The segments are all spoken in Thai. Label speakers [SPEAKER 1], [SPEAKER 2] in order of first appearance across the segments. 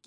[SPEAKER 1] เก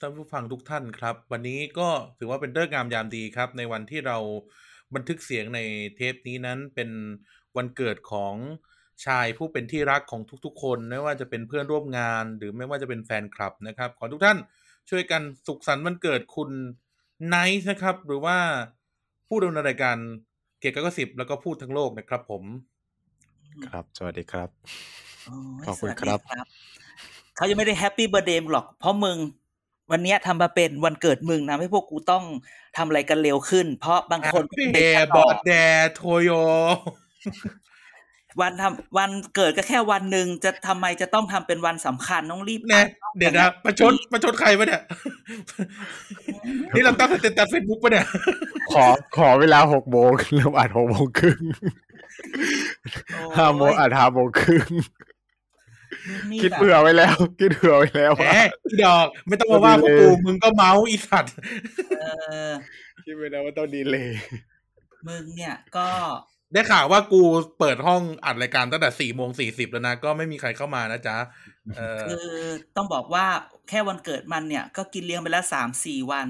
[SPEAKER 2] ท่านผู้ฟังทุกท่านครับ วันนี้ก็ถือว่าเป็นเรื่องงามยามดีครับ ในวันที่เราบันทึกเสียงในเทปนี้นั้นเป็นวันเกิดของชายผู้เป็นที่รักของทุกๆ คน ไม่ว่าจะเป็นเพื่อนร่วมงาน หรือไม่ว่าจะเป็นแฟนคลับนะครับ ขอทุกท่านช่วยกันสุขสันต์วันเกิดคุณไนท์นะครับ หรือว่าผู้ดำเนินรายการเกียรติกายก็สิบแล้วก็พูดทั้งโลกนะครับ ผม
[SPEAKER 3] ครับ สวัสดีครับ
[SPEAKER 1] โอ้ย
[SPEAKER 3] ขอบคุณ
[SPEAKER 1] สวัสดี
[SPEAKER 3] ครับ
[SPEAKER 1] เขายังไม่ได้แฮปปี้เบอร์เดมหรอก เพราะมึง วันเนี้ยทำมาเป็นวันเกิดมึงนะให้พวกกูต้องทำอะไรกันเร็วขึ้น เพราะบางคนเป็น
[SPEAKER 2] เด
[SPEAKER 1] เด็ก
[SPEAKER 2] บ
[SPEAKER 1] ต
[SPEAKER 2] อ
[SPEAKER 1] ลอ
[SPEAKER 2] ด
[SPEAKER 1] ด
[SPEAKER 2] แดโทโย
[SPEAKER 1] วันทำวันเกิดก็แค่วันหนึ่งจะทำไมจะต้องทำเป็นวันสำคัญต้องรีบ
[SPEAKER 2] แน่เดี๋ยวนะประชดประชดใครวะเนี่ย นี่เราตั้งสเตตัสเฟซบุ๊กปะเนี่ย
[SPEAKER 3] ขอขอเวลาหกโมงเริ่มอัดหกโมงครึ่งห้าโมงอัดห้าโมงครึ่ง
[SPEAKER 1] นี่
[SPEAKER 3] คิด
[SPEAKER 1] แบบ
[SPEAKER 3] เผื่อไว้แล้ว คิดเผื่อไว้แล้ว
[SPEAKER 2] แหม
[SPEAKER 3] ว่า
[SPEAKER 2] อีดอก ไม่ต้องมาว่าพวกกูมึงก็เมาส์อีสัตว์
[SPEAKER 1] เออ
[SPEAKER 3] คิดไว้แล้วว่าต้องดีเลย
[SPEAKER 1] มึงเนี่ยก็
[SPEAKER 2] ได้ข่าวว่ากูเปิดห้องอัดรายการตั้งแต่สี่โมงสี่สิบแล้วนะ ก็ไม่มีใครเข้ามานะจ๊ะ เออ
[SPEAKER 1] คือต้องบอกว่าแค่วันเกิดมันเนี่ย ก็กินเลี้ยงไปแล้วสามสี่วัน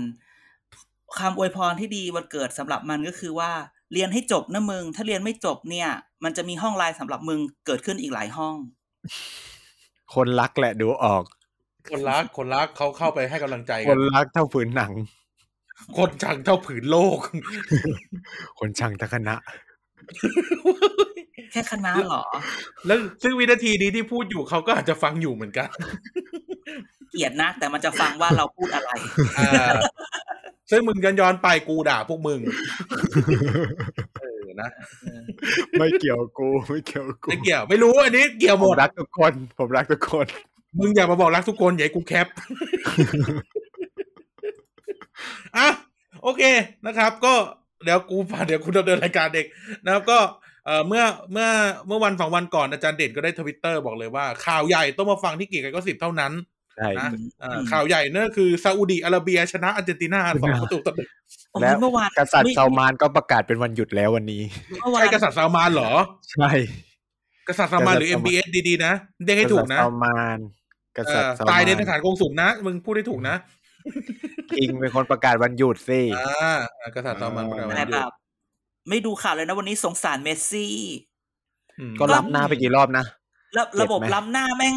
[SPEAKER 1] คำอวยพรที่ดีวันเกิดสำหรับมันก็คือว่าเรียนให้จบนะมึง ถ้าเรียนไม่จบเนี่ย มันจะมีห้องไลน์สำหรับมึงเกิดขึ้นอีกหลายห้อง
[SPEAKER 3] คนรักแหละดูออก
[SPEAKER 2] คนรักคนรักเขาเข้าไปให้กำลังใจ
[SPEAKER 3] ค
[SPEAKER 2] กัน น
[SPEAKER 3] รักเท่าฝืนหนัง
[SPEAKER 2] คนชังเท่าผืนโลก
[SPEAKER 3] คนชังทักคณะ
[SPEAKER 1] แค่คณะเหรอ
[SPEAKER 2] แล้วซึ่งวินาทีนี้ที่พูดอยู่เขาก็อาจจะฟังอยู่เหมือนกัน
[SPEAKER 1] เกลียดนะ แต่มันจะฟังว่าเราพูดอะไร
[SPEAKER 2] อ่าซึ่งมึงย้อนๆไปกูด่าพวก มึง เออนะ
[SPEAKER 3] ไม่เกี่ยวกูไม่เกี่ยวกู
[SPEAKER 2] ไม่เกี่ยว ไม่รู้อันนี้เกี่ยวห
[SPEAKER 3] ผม ม
[SPEAKER 2] ด
[SPEAKER 3] รักทุกคน ผมรักทุกคน
[SPEAKER 2] มึงอย่ามาบอกรักทุกคนอย่าให้กูแคป อ่ะโอเคนะครับ ก็เดี๋ยวกูผ่านเดี๋ยวกูดำเนินรายการเด็กนะครับก็เอ่อเมื่อเมื่อเมื่อวันสองวันก่อนอาจารย์เด่นก็ได้ทวิตเตอร์บอกเลยว่า ข่าวใหญ่ต้องมาฟังที่เกียรติกายก็สิบเท่านั้น
[SPEAKER 3] ใช่
[SPEAKER 2] นะเอ่ออ
[SPEAKER 1] ม
[SPEAKER 2] ข่าวใหญ่นั่นก็คือซาอุดีอาระเบียชนะอาร์เจนตินาสองประตูต่อหนึ่ ง
[SPEAKER 1] โอ้
[SPEAKER 3] แล้ว
[SPEAKER 1] ยเมื่อวาน
[SPEAKER 3] กษัตริย์
[SPEAKER 1] ไม่
[SPEAKER 3] ซาวมานก็ประกาศเป็นวันหยุดแล้ววันนี้
[SPEAKER 1] เมื่อวา
[SPEAKER 2] ใช่
[SPEAKER 1] น
[SPEAKER 2] กษัตริย์ซาวมานเหรอ
[SPEAKER 3] ใช่
[SPEAKER 2] กษัตริย์ซาวมานหรือ MBS ดีๆนะเด้ให้ถูกนะ
[SPEAKER 3] ษัตริย์ซาวมานก
[SPEAKER 2] เอ
[SPEAKER 3] ษัตริ
[SPEAKER 2] อ
[SPEAKER 3] ย์ซา
[SPEAKER 2] ตาม
[SPEAKER 3] วาย
[SPEAKER 2] ในสถาน นกงสุลนะ มึงพูดได้ถูกนะ
[SPEAKER 3] คิงเป็นคนประกาศวันหยุดสิ
[SPEAKER 2] อ่ากษัตริย์ซาวมานประกาศวันห
[SPEAKER 1] แต่
[SPEAKER 2] ยุด
[SPEAKER 1] แบบไม่ดูข่าวเลยนะวันนี้สงสารเมสซี่
[SPEAKER 2] อืม
[SPEAKER 3] ก็ล้ำหน้าไปกี่รอบนะ
[SPEAKER 1] แล้ว
[SPEAKER 3] เจ็บไหม
[SPEAKER 1] ระบบล้ำหน้าแม่ง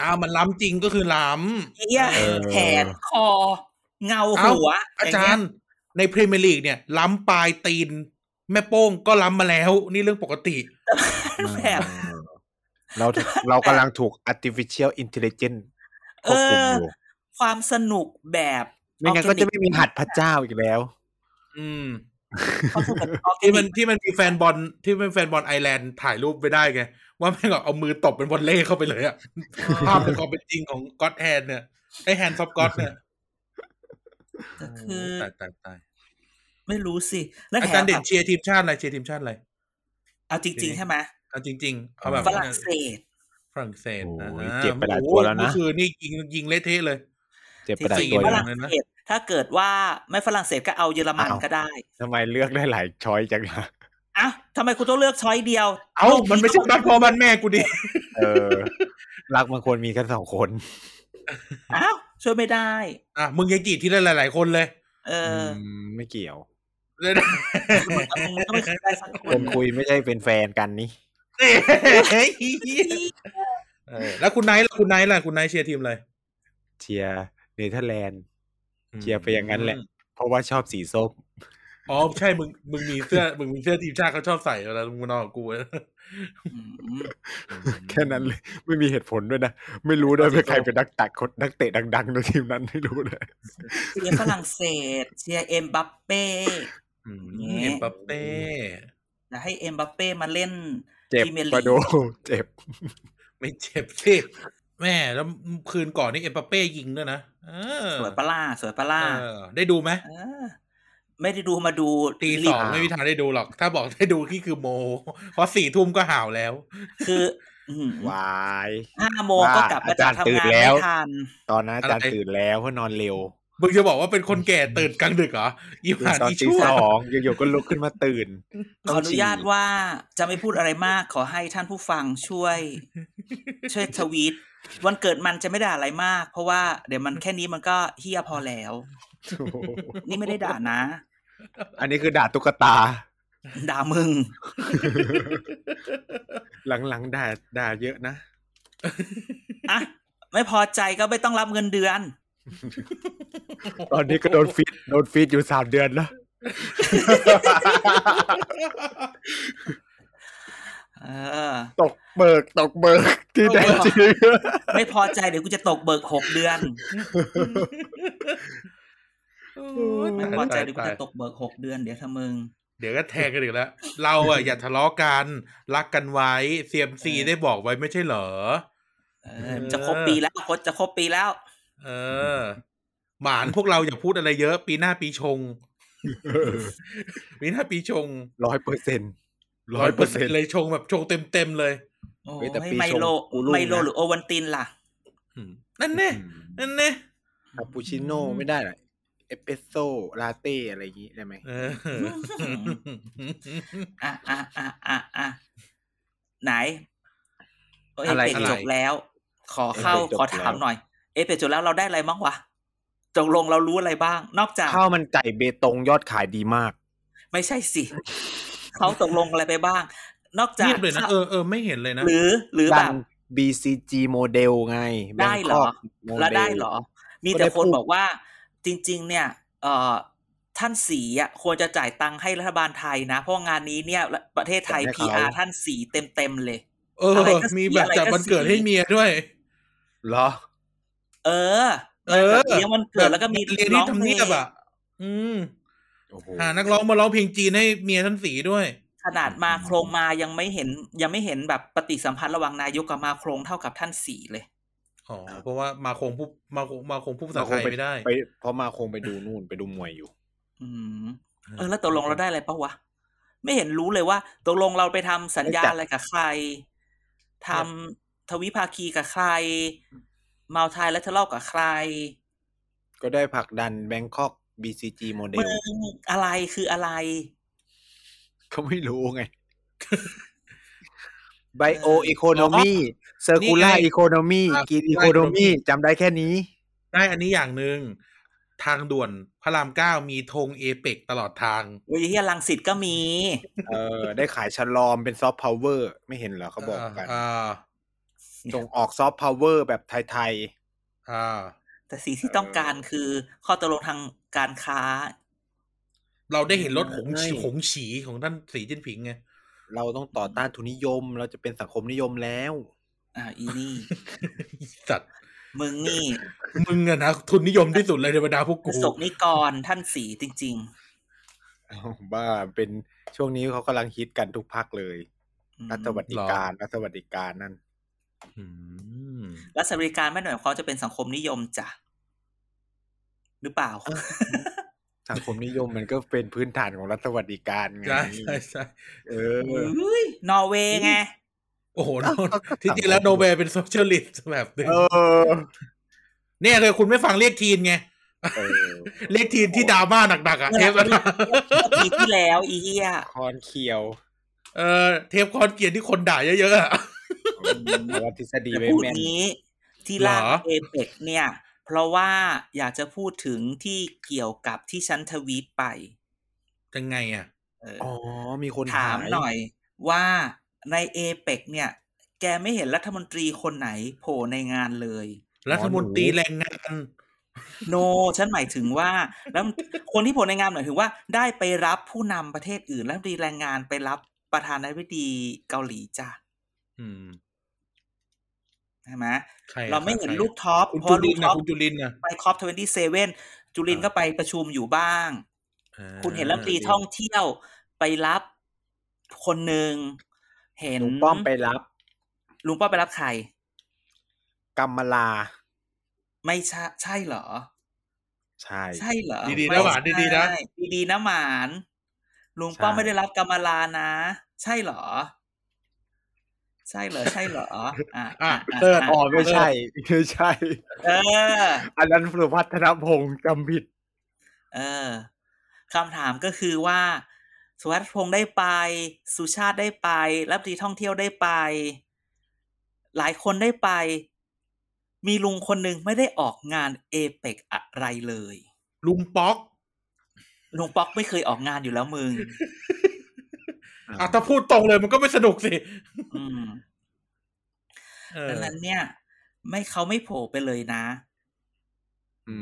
[SPEAKER 2] อ้าวมันล้ำจริงก็คือล้ำ
[SPEAKER 1] เอี้ย
[SPEAKER 2] เออ
[SPEAKER 1] แขนคอ เงาหัว
[SPEAKER 2] อาจารย์ในพรีเมียร์ลีกเนี่ย ล้ำปลายตีน แม่โป้งก็ล้ำมาแล้ว นี่เรื่องปกติ
[SPEAKER 1] อย่างเงี้ยแบบ
[SPEAKER 3] เรา ถูกเรากำลังถูก artificial intelligence ค
[SPEAKER 1] เอ
[SPEAKER 3] วบคุม
[SPEAKER 1] อ
[SPEAKER 3] อยู่
[SPEAKER 1] ความสนุกแบบ
[SPEAKER 3] ไม่งั้นก็จะไม่มีหัตถ์พระเจ้าอีกแล้ว
[SPEAKER 2] อืม
[SPEAKER 1] เขาถูกกันออร์แก
[SPEAKER 2] ที่
[SPEAKER 1] นิ
[SPEAKER 2] มัน
[SPEAKER 1] ก
[SPEAKER 2] ที่มันมีแฟนบอลที่เป็นแฟนบอลไอร์แลนด์ถ่ายรูปไปได้ไง ว่าแม่งแบบเอามือตบเป็นบอลเล่เข้าไปเลยอะภาพในความเป็นจริงของก็อดแฮนเนี่ยไอแฮนซอฟก็อดเนี่ย
[SPEAKER 1] ก็คือ
[SPEAKER 2] ตายตายตาย
[SPEAKER 1] ไม่รู้สิ แล้ว
[SPEAKER 2] อา
[SPEAKER 1] แถ
[SPEAKER 2] จาร
[SPEAKER 1] ม
[SPEAKER 2] ย์
[SPEAKER 1] แบ
[SPEAKER 2] เด่น
[SPEAKER 1] บ
[SPEAKER 2] เชียร์ทีมชาติอะไรเชียร์ทีมชาติอะไร
[SPEAKER 1] เอาจริง ๆ ใช่ไหม
[SPEAKER 2] เอาจริง ๆ เอาแบบ
[SPEAKER 1] ฝรั่งเศส
[SPEAKER 2] ฝรั่งเศสนะ
[SPEAKER 3] โอ้ยเจ็บไปหลายตัวแล้วนะ
[SPEAKER 2] โอ้โเมื่อคืนนี่ยิงยิงเละเทะเลย
[SPEAKER 3] เจ็บ
[SPEAKER 1] จ
[SPEAKER 3] ประดา
[SPEAKER 1] ริง
[SPEAKER 3] ตัว
[SPEAKER 1] ๆ
[SPEAKER 3] อยู่
[SPEAKER 1] ฝรั่ง
[SPEAKER 3] นะ
[SPEAKER 1] เศสถ้าเกิดว่าไม่ฝรั่งเศสก็เอาเยอรมัน
[SPEAKER 3] อ้าว
[SPEAKER 1] ก็ได้
[SPEAKER 3] ทำไมเลือกได้หลายช้อยจังล่ะ
[SPEAKER 1] อ่ะทำไมคุณต้องเลือกช้อยเดียว
[SPEAKER 2] เอ้ามันไม่ใช่บ้านพ่อบ้านแม่กูดิ
[SPEAKER 3] เอ อ รักมันควรมีแค่สองคน
[SPEAKER 1] อ้าวช่วยไม่ได้
[SPEAKER 2] อ่ะมึงยังจีบที่ได้หลาย ๆ คนเลย
[SPEAKER 1] เอออ
[SPEAKER 3] มไม่เกี่ยว
[SPEAKER 1] มึงก็ไม่เคยได้สักค
[SPEAKER 3] คน
[SPEAKER 1] น
[SPEAKER 3] คุยไม่ใช่เป็นแฟนกันนี่
[SPEAKER 2] เออแล้วคุณไนท์ล่ะคุณไนท์ล่ะคุณไนท์เชียร์ทีมอะไร
[SPEAKER 3] เชียร์เนเธอร์แลนด์ เชียร์ไปอย่างนั้นแหละ
[SPEAKER 2] ม
[SPEAKER 3] เพราะว่าชอบสีส้ม
[SPEAKER 2] อ๋อใช่มึงมึงมีเสื้อมึงมีเสื้อทีมชาติเขาชอบใส่เวลามึงมานอนกับกู
[SPEAKER 3] แค่นั้นเลย ไม่มีเหตุผลด้วยนะ ไม่รู้ด้วยว่าใครเป็นนักตักคนนักเตะดังๆในทีมนั้นไม่รู้เลย
[SPEAKER 1] เชียร์ฝรั่งเศสเชียร์เอ็มบัปเป้
[SPEAKER 2] อืม
[SPEAKER 1] นี่
[SPEAKER 2] เอ็มบัปเป้
[SPEAKER 1] อยากให้เอ็มบัปเป้มาเล่น
[SPEAKER 3] เจ็บ
[SPEAKER 1] Premier League
[SPEAKER 3] ปะโดเจ็บ
[SPEAKER 2] ไม่เจ็บสิ แม่แล้วคืนก่อนนี่เอ็มบัปเป้ยิงด้วยนะเออ
[SPEAKER 1] สวยปะล่าสวยปะล่า
[SPEAKER 2] เออได้ดูไหม
[SPEAKER 1] เออ ไม่ได้ดูมาดู
[SPEAKER 2] ตี
[SPEAKER 1] รี
[SPEAKER 2] ส
[SPEAKER 1] บ
[SPEAKER 2] องไม่มีทางได้ดูหรอก ถ้าบอกได้ดูนี่คือโม เพราะสี่ทุ่มก็ห่าวแล้ว
[SPEAKER 1] คืออื้อหือ
[SPEAKER 3] วาย
[SPEAKER 1] ห้าโมงก็กลับมาจากทำงานไม่ทัน
[SPEAKER 3] ตอนนั้นอาจารย์
[SPEAKER 2] อะไร
[SPEAKER 3] ตื่นแล้วเพราะนอนเร็ว
[SPEAKER 2] มึงจะบอกว่าเป็นคนแก่ตื่นกลางดึกเหรออี
[SPEAKER 3] ตื่น
[SPEAKER 2] หาน
[SPEAKER 3] ตอน
[SPEAKER 2] อี
[SPEAKER 3] ตี
[SPEAKER 2] ชั่ว
[SPEAKER 3] สองอยู่ๆก็ลุกขึ้นมาตื่น
[SPEAKER 1] ขออนุญาตว่าจะไม่พูดอะไรมากขอให้ท่านผู้ฟังช่วย ช่วยทวีตวันเกิดมันจะไม่ด่าอะไรมาก เพราะว่าเดี๋ยวมันแค่นี้มันก็เฮี้ยพอแล้ว
[SPEAKER 3] โอ้โห
[SPEAKER 1] นี่ไม่ได้ด่านะ
[SPEAKER 3] อันนี้คือด่าตุ๊กตา
[SPEAKER 1] ด่ามึง
[SPEAKER 3] หลังๆด่าด่าเยอะนะ
[SPEAKER 1] อ่ะ ไม่พอใจก็ไม่ต้องรับเงินเดือน
[SPEAKER 3] ตอนนี้ก็โดนฟีดโดนฟีดอยู่สามเดือนแล้ว
[SPEAKER 1] เออ
[SPEAKER 3] ตกเบิกตกเบิกที่แท้จริง
[SPEAKER 1] ไม่พอใจเดี๋ยวกูจะตกเบิกหกเดือน
[SPEAKER 2] โอ้ย
[SPEAKER 1] ไม่
[SPEAKER 2] ตาย
[SPEAKER 1] พอใจ
[SPEAKER 2] ตาย
[SPEAKER 1] เดี๋ยวกู
[SPEAKER 2] ตาย
[SPEAKER 1] จะตกเบิกหกเดือนเดี๋ยวถ้ามึง
[SPEAKER 2] เดี๋ยวก็แทงกันอีกแล้ว เราอ่ะอย่าทะเลาะกันรักกันไว้เซียมซี
[SPEAKER 1] เออ
[SPEAKER 2] ได้บอกไว้ไม่ใช่เหรอ
[SPEAKER 1] เออจะครบปีแล้วคดจะครบปีแล้ว
[SPEAKER 2] เออ หมานพวกเราอย่าพูดอะไรเยอะปีหน้าปีช ง ปีหน้าปีชง
[SPEAKER 3] ร้อยเปอร์เซ็นต์
[SPEAKER 2] ร้อยเปอร์เซ็นเลยชงแบบชงเต็มเต็มๆเลย
[SPEAKER 1] โอ้
[SPEAKER 3] เฮ้ยแต่
[SPEAKER 1] ย
[SPEAKER 3] ปีชง
[SPEAKER 1] ไมโล
[SPEAKER 3] กูรุ่งนะ
[SPEAKER 1] ไมโลหรือโอวันตินล่ะ
[SPEAKER 2] อืมนั่นเน่นั่นเน่
[SPEAKER 3] คาปูชิโน่ไม่ได้เหรอเอสเปรสโซ่ลาเต้อะไรอย่างงี้ได้ไหม
[SPEAKER 2] เออ
[SPEAKER 1] อ่ะอ่ะอ่ะอ่ะอ่ะไหนเอย
[SPEAKER 3] อะไร
[SPEAKER 1] เปก
[SPEAKER 3] อะไร
[SPEAKER 1] จบแล้ว ขอเข้า
[SPEAKER 3] เอเป็กจบ
[SPEAKER 1] ขอถาม
[SPEAKER 3] แล้ว
[SPEAKER 1] หน่อย เอยเปกจบแล้วเราได้อะไรบ้างวะตกลงเรารู้อะไรบ้าง นอกจาก
[SPEAKER 3] ข้าวมันไก่เบตงยอดขายดีมาก
[SPEAKER 1] ไม่ใช่สิ เขาตกลงอะไรไปบ้าง นอก จาก
[SPEAKER 2] เงียบเลยนะเออเออไม่เห็นเลยนะ
[SPEAKER 1] หรือหรือแบ
[SPEAKER 3] ดัน
[SPEAKER 1] บ
[SPEAKER 3] BCG โมเดลไง
[SPEAKER 1] ได้เหรอ
[SPEAKER 3] Bangkok Model
[SPEAKER 1] แล้วได้เหรอ มี
[SPEAKER 3] ก็ได้
[SPEAKER 1] แต่คน
[SPEAKER 3] พูด
[SPEAKER 1] บอกว่า จริง ๆ เนี่ยเอ่อท่านสีอ่ะควรจะจ่ายตังค์ให้รัฐบาลไทยนะ เพราะงานนี้เนี่ยประเทศไทย PR ท่านสีเต็มๆเลย
[SPEAKER 2] เออ
[SPEAKER 1] อะไรก็
[SPEAKER 2] มีแบบจัดวันเกิดให้เมียด้วย
[SPEAKER 3] เหรอ
[SPEAKER 1] เออ
[SPEAKER 2] เออ
[SPEAKER 1] เลี้ยงวันเกิดแล้วก็มี
[SPEAKER 2] เรียนที่ทำเนียบอ่ะอืม
[SPEAKER 3] โอ้โห
[SPEAKER 2] หานักร้องมาร้องเพลงจีนให้เมียท่านสีด้วย
[SPEAKER 1] ขนาดมาโครงมายังไม่เห็น ยังไม่เห็นแบบปฏิสัมพันธ์ระหว่างนายกกับมาโครงเท่ากับท่านสีเลย
[SPEAKER 2] อ๋อ
[SPEAKER 3] ครับ
[SPEAKER 2] เพราะว่ามาคงผู้มาคงมาคงผู้ภาษาไทยไม่ได้
[SPEAKER 3] ไปเพราะมาคงไปดูนู่นไปดูมวยอยู่
[SPEAKER 1] อืมเออแล้วตกลงเราได้อะไรปะวะ ไม่เห็นรู้เลยว่าตกลงเราไปทำสัญญา
[SPEAKER 3] ไม่จัด
[SPEAKER 1] อะไรกับใครทำทวิภาคีกับใครมาไทยและทะเลาะกับใคร
[SPEAKER 3] ก็ได้ผลักดัน Bangkok BCG โมเด
[SPEAKER 1] มึ
[SPEAKER 3] ล
[SPEAKER 1] งอะไรคืออะไร
[SPEAKER 3] เขาไม่รู้ไง Bio Economy Circular
[SPEAKER 2] นี่ไง
[SPEAKER 3] Economy Green Economy จำได้แค่นี้
[SPEAKER 2] ได้อันนี้อย่างหนึ่งทางด่วนพระรามเก้ามีธงเอเปกตลอดทาง
[SPEAKER 1] เวิทยาลังสิตก็มี
[SPEAKER 3] เออ ได้ขายฉลอมเป็นซอฟต์พาวเวอร์ไม่เห็นเหรอเขาบอกกัน
[SPEAKER 2] อ่า
[SPEAKER 3] ส่งออกซอฟต์พาวเวอร์แบบไทย
[SPEAKER 2] อ่า
[SPEAKER 1] แต่สิ่งที่ต้องการคือข้อตกลงทางการค้า
[SPEAKER 2] เราได้เห็นรถหง
[SPEAKER 3] ใช่
[SPEAKER 2] ฉีหงฉีของท่านสีจิ้นผิงไง
[SPEAKER 3] ๆ เราต้องต่อต้านทุนนิยม เราจะเป็นสังคมนิยมแล้ว
[SPEAKER 1] อ่าอีนี่
[SPEAKER 2] สัตว์
[SPEAKER 1] มึงนี่
[SPEAKER 2] มึงอะนะ ทุนนิยมที่สุดเลยในบรรดาพวก
[SPEAKER 1] ป
[SPEAKER 2] กู
[SPEAKER 1] ระสบนิกรท่านสีจริง
[SPEAKER 3] บ้าเป็นช่วงนี้เขากำลังฮิตกันทุกพักเลย
[SPEAKER 1] ๆอืม
[SPEAKER 3] รัฐสวัสดิการรัฐสวัสดิการนั่น
[SPEAKER 2] อืม
[SPEAKER 1] รัฐสวัสดิการไม่หน่อยเขามจะเป็นสังคมนิยมจ้ะ หรือเปล่า
[SPEAKER 3] สังคมนิยมมันก็เป็นพื้นฐานของรัฐสวัสดิการไง
[SPEAKER 2] ใช่ใช่ใช่
[SPEAKER 3] เออ
[SPEAKER 1] อุ้ยนอร์เวย์ไง
[SPEAKER 2] โอ้โห โนน
[SPEAKER 3] เอาก็
[SPEAKER 2] ที่จริงแล้วโนเบลเป็นโซ เชียลิสต์แบบหนึง
[SPEAKER 3] เออ
[SPEAKER 2] เนี่ยเลยคุณไม่ฟังเรียกทีนไง
[SPEAKER 3] เออ
[SPEAKER 2] เรียกทีนที่ดราม่าหนักๆอ่ะ
[SPEAKER 1] เออ
[SPEAKER 2] เทปนั้นอะ
[SPEAKER 1] ปีที่แล้วอีเหี้ย
[SPEAKER 3] คอนเคียว
[SPEAKER 2] เออเทปคอนเกียร์ที่คนด่าเยอะๆอะ
[SPEAKER 3] แต่ว่าทฤษฎี
[SPEAKER 1] แต่
[SPEAKER 3] ไว้
[SPEAKER 1] พูด
[SPEAKER 3] แม่น
[SPEAKER 1] นี้ ที่ล่าง
[SPEAKER 2] เหรอ
[SPEAKER 1] เอเปกเนี่ย เพราะว่าอยากจะพูดถึงที่เกี่ยวกับที่ชั้นทวีตไป
[SPEAKER 2] ยังไงอ่ะ
[SPEAKER 1] เออ
[SPEAKER 3] อ๋อ มีคน
[SPEAKER 1] ถาม
[SPEAKER 3] ย
[SPEAKER 1] หน่อยว่าในเอเปกเนี่ย แกไม่เห็นรัฐมนตรีคนไหนโผล่ในงานเลย
[SPEAKER 2] รัฐมนตรีแรงงาน
[SPEAKER 1] โน ฉันหมายถึงว่าแล้วคนที่โผล่ในงานหมายถึงว่า ได้ไปรับผู้นำประเทศอื่นรัฐมนตรีแรงงานไปรับประธานาธิบดีเกาหลีจ้ะ
[SPEAKER 2] อืม
[SPEAKER 1] ใช่ไหม
[SPEAKER 2] ใครอะ
[SPEAKER 1] เราไม่เห็น
[SPEAKER 2] ใคอะ
[SPEAKER 1] ลูกท็อป
[SPEAKER 2] คุณ
[SPEAKER 1] เพ
[SPEAKER 2] จุ
[SPEAKER 1] ราะ
[SPEAKER 2] ลินนะ
[SPEAKER 1] ลูกท็อป
[SPEAKER 2] คุณจุลินนะ
[SPEAKER 1] ไปคอปทเวนตี้เซเว่นจุลินก็ไปประชุมอยู่บ้าง
[SPEAKER 2] อ่า
[SPEAKER 1] คุณเห็นรัฐมนตรีท่องเที่ยวไปรับคนหนึ่งเห็น
[SPEAKER 3] ลุงป้อมไปรับ
[SPEAKER 1] ลุงป้อมไปรับใคร
[SPEAKER 4] กัมมลา
[SPEAKER 1] ไม่ใช่ใช่เหรอ
[SPEAKER 4] ใช่
[SPEAKER 1] ใช่เหรอ
[SPEAKER 2] ดีๆนะ
[SPEAKER 1] ไม่
[SPEAKER 2] หวานดีๆนะ
[SPEAKER 1] ใช่ดีๆนะหมานลุงป้อม
[SPEAKER 4] ใช่
[SPEAKER 1] ไม่ได้รับกรรมลานะ ใช่เหรอ ใช่เหรอ ใช่เหร อ อ่ะอ่ะะ
[SPEAKER 2] เติร์ด
[SPEAKER 4] อ๋อไม่ใช่ไม่ใช่
[SPEAKER 1] เออ
[SPEAKER 4] อันนั้นสุพัฒนพงษ์จำผิด
[SPEAKER 1] เออคำถามก็คือว่า สุวัสดิ์พงษ์ได้ไป สุชาติได้ไป รับดีท่องเที่ยวได้ไป หลายคนได้ไป มีลุงคนหนึ่งไม่ได้ออกงานเอเปกอะไรเลย
[SPEAKER 2] ลุงป๊อก
[SPEAKER 1] ลุงป๊อกไม่เคยออกงานอยู่แล้วมึง
[SPEAKER 2] อ่ะถ้าพูดตรงเลยมันก็ไม่สนุกสิ
[SPEAKER 1] อืม
[SPEAKER 2] เออ
[SPEAKER 1] ดังนั้นเนี่ย ไม่เขาไม่โผล่ไปเลยนะ
[SPEAKER 4] อื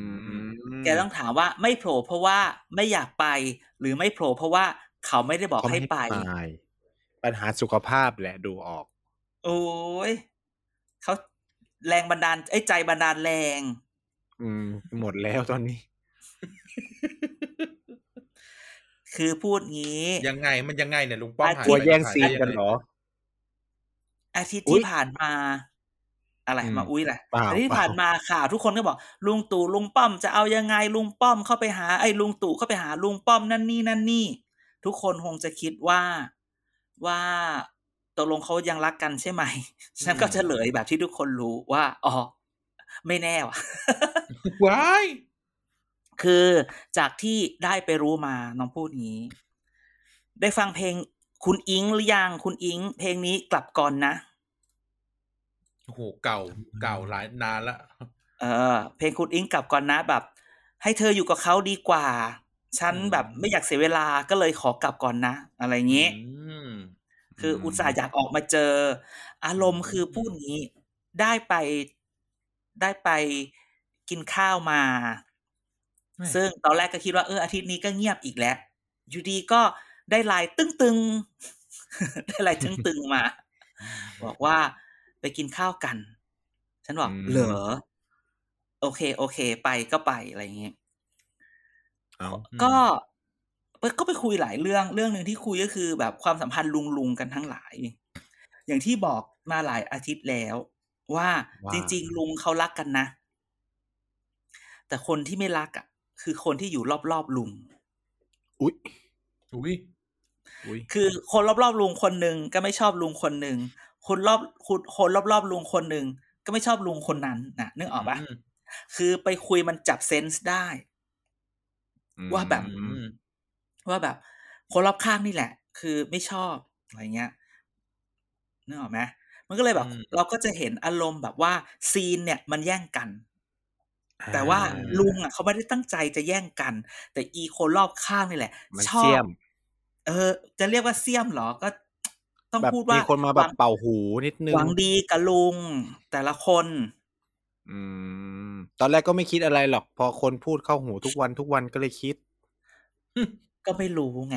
[SPEAKER 4] ม
[SPEAKER 1] แกต้องถามว่าไม่โผล่เพราะว่าไม่อยากไป หรือไม่โผล่เพราะว่าเขาไม่ได้บอกให้ไป
[SPEAKER 4] ปัญหาสุขภาพแหละดูออก
[SPEAKER 1] โอ้ยเขาแรงบันดาลไอ้ยใจบันดาลแรง
[SPEAKER 4] อืม หมดแล้วตอนนี้
[SPEAKER 1] คือพูดงี้
[SPEAKER 2] ยังไงมันยังไงเนี่ยลุงป๊อกหาย
[SPEAKER 4] กลัว
[SPEAKER 2] ไป
[SPEAKER 4] แย่ง
[SPEAKER 2] หา
[SPEAKER 4] ซีน
[SPEAKER 2] ไป
[SPEAKER 4] กันเหรอ
[SPEAKER 1] อาทิตย์
[SPEAKER 4] อุ๊
[SPEAKER 1] ที่
[SPEAKER 4] ย
[SPEAKER 1] ผ่านมา อะไร
[SPEAKER 4] อืม
[SPEAKER 1] มาอุ้ยแหละ
[SPEAKER 4] เปล่า
[SPEAKER 1] อาทิตย์
[SPEAKER 4] เป
[SPEAKER 1] ที่
[SPEAKER 4] ล่า
[SPEAKER 1] ผ่านมาข่าวทุกคนก็บอก ลุงตู่ลุงป้อมจะเอายังไงลุงป้อมเข้าไปหาไอ้ยลุงตู่เข้าไปหาลุงป้อมนั่นนี่นั่นนี่ ทุกคนคงจะคิดว่าว่าตกลงเขายังรักกันใช่ไหม ฉันก็เฉลยแบบที่ทุกคนรู้ว่าอ๋อไม่แน่ว่ะ
[SPEAKER 2] ว้าย
[SPEAKER 1] คือจากที่ได้ไปรู้มาน้องพูดงี้ ได้ฟังเพลงคุณอิงหรือยังคุณอิง เพลงนี้กลับก่อนนะ
[SPEAKER 2] โอ้โหเก่าเก่าหลายนานละ
[SPEAKER 1] เออเพลงคุณอิงกลับก่อนนะแบบ ให้เธออยู่กับเขาดีกว่า ฉันแบบไม่อยากเสียเวลาก็เลยขอกลับก่อนนะ อะไรเงี้ย
[SPEAKER 2] อืม
[SPEAKER 1] คืออุตส่าห์อยากออกมาเจอ อารมณ์คือพูดงี้ ได้ไปได้ไปกินข้าวมา
[SPEAKER 2] ไม่
[SPEAKER 1] ซึ่งตอนแรกก็คิดว่าเอออาทิตย์นี้ก็เงียบอีกแล้ว อยู่ดีก็ได้ไลน์ตึ้งตึงๆ ได้ไลน์ตึ้งตึงๆมา บอกว่าไปกินข้าวกัน ฉันบอก
[SPEAKER 4] อืม
[SPEAKER 1] เหรอ โอเค โอเค ไปก็ไปอะไรอย่างเงี้ย
[SPEAKER 4] เอา
[SPEAKER 1] ก็ก็ไปคุยหลายเรื่องเรื่องหนึ่งที่คุยก็คือแบบความสัมพันธ์ลุงลุงๆกันทั้งหลาย อย่างที่บอกมาหลายอาทิตย์แล้ว ว่า
[SPEAKER 4] ว่า
[SPEAKER 1] จริง ๆ ลุงเขารักกันนะ แต่คนที่ไม่รักอ่ะ คือคนที่อยู่รอบๆลุง
[SPEAKER 4] อุ๊ย
[SPEAKER 2] อุ้ย
[SPEAKER 4] อุ๊ย
[SPEAKER 1] คือคนรอบๆลุงคนหนึ่งก็ไม่ชอบลุงคนหนึ่งคนรอบคนคนรอบๆลุงคนหนึ่งก็ไม่ชอบลุงคนนั้นนะนึกออกปะ
[SPEAKER 2] ม
[SPEAKER 1] คือไปคุยมันจับเซนส์ได้ ว่าแบบ
[SPEAKER 2] อืม
[SPEAKER 1] ว่าแบบคนรอบข้างนี่แหละ คือไม่ชอบอะไรเงี้ยนึกออกไหมมันก็เลยแบบ เราก็จะเห็นอารมณ์แบบว่าซีนเนี่ยมันแย่งกัน แต่ว่า
[SPEAKER 4] อ่
[SPEAKER 1] ลุงอ่ะเขาไม่ได้ตั้งใจจะแย่งกัน แต่อีคนรอบข้างนี่แหละ
[SPEAKER 4] มัน
[SPEAKER 1] ชอ
[SPEAKER 4] เชี่ย
[SPEAKER 1] บ
[SPEAKER 4] ม
[SPEAKER 1] เออ จะเรียกว่าเสียมเหรอก็ ต้อง
[SPEAKER 4] แบบ
[SPEAKER 1] พูดว่า
[SPEAKER 4] มีคนมาแบ
[SPEAKER 1] หวั
[SPEAKER 4] บ
[SPEAKER 1] ง
[SPEAKER 4] เป่าหูนิดนึง
[SPEAKER 1] หวังดีกับลุง แต่ละคน
[SPEAKER 4] อืม ตอนแรกก็ไม่คิดอะไรหรอก พอคนพูดเข้าหูทุกวันทุกวันก็เลยคิด
[SPEAKER 1] ก็ไม่รู้ไง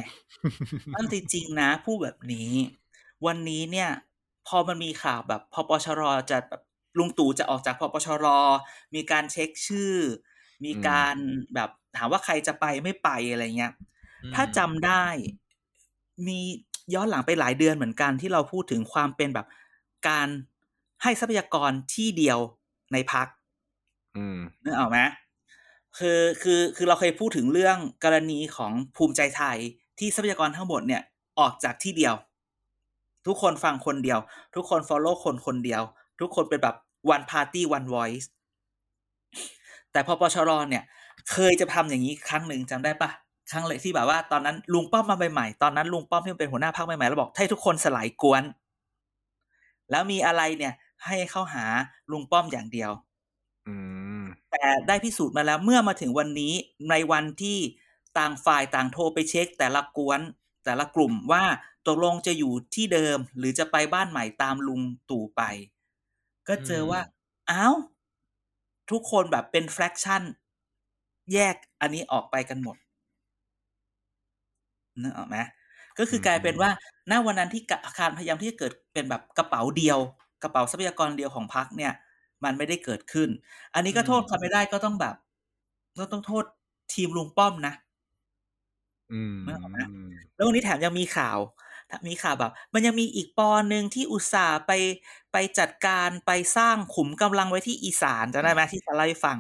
[SPEAKER 1] อันจริงๆนะพูดแบบนี้ วันนี้เนี่ย พอมันมีข่าวแบบพปชรจะแบบลุงตู่จะออกจากพปชร มีการเช็คชื่อ มีการแบบถามว่าใครจะไปไม่ไปอะไรเงี้ย ถ้าจำได้มีย้อนหลังไปหลายเดือนเหมือนกันที่เราพูดถึงความเป็นแบบการให้ทรัพยากรที่เดียวในพัก
[SPEAKER 4] อืม
[SPEAKER 1] นึกออกไหมคือคือคือเราเคยพูดถึงเรื่องกรณีของภูมิใจไทยที่ทรัพยากรทั้งหมดเนี่ยออกจากที่เดียว ทุกคนฟังคนเดียว ทุกคน follow คนคนเดียว ทุกคนเป็นแบบ one party one voice แต่พอปชรเนี่ย เคยจะทำอย่างนี้ครั้งหนึ่งจำได้ปะครั้งเลยที่แบบว่าตอนนั้นลุงป้อมมาใหม่ๆตอนนั้นลุงป้อมที่เป็นหัวหน้าพรรคใหม่ๆแล้วบอกให้ทุกคนสลายกวน แล้วมีอะไรเนี่ย ให้เข้าหาลุงป้อมอย่างเดียว
[SPEAKER 4] อืม
[SPEAKER 1] แต่ได้พิสูจน์มาแล้วเมื่อมาถึงวันนี้ในวันที่ต่างฝ่ายต่างโทรไปเช็ค แต่ละกวนแต่ละกลุ่มว่าตกลงจะอยู่ที่เดิม หรือจะไปบ้านใหม่ตามลุงตู่ไป ก็เจอว่าอ้าวทุกคนแบบเป็นแฟกชั่น แยกอันนี้ออกไปกันหมดนึกออกไหมก็คือ
[SPEAKER 4] ม
[SPEAKER 1] กลายเป็นว่าณวันนั้นที่อาคารพยายามที่จะเกิดเป็นแบบกระเป๋าเดียว กระเป๋าทรัพยากรเดียวของพักเนี่ย มันไม่ได้เกิดขึ้น อันนี้ก็โทษเขาไม่ได้ก็ต้องแบบก็ต้องโทษทีมลุงป้อมนะ
[SPEAKER 4] อืม
[SPEAKER 1] นึกออกไหม แล้ววันนี้แถมยังมีข่าว มีข่าวแบบ มันยังมีอีกปอหนึ่งที่อุตส่าห์ไปไปจัดการไปสร้างขุมกำลังไว้ที่อีสานจะได้ไหมที่จะเล่าให้ฟัง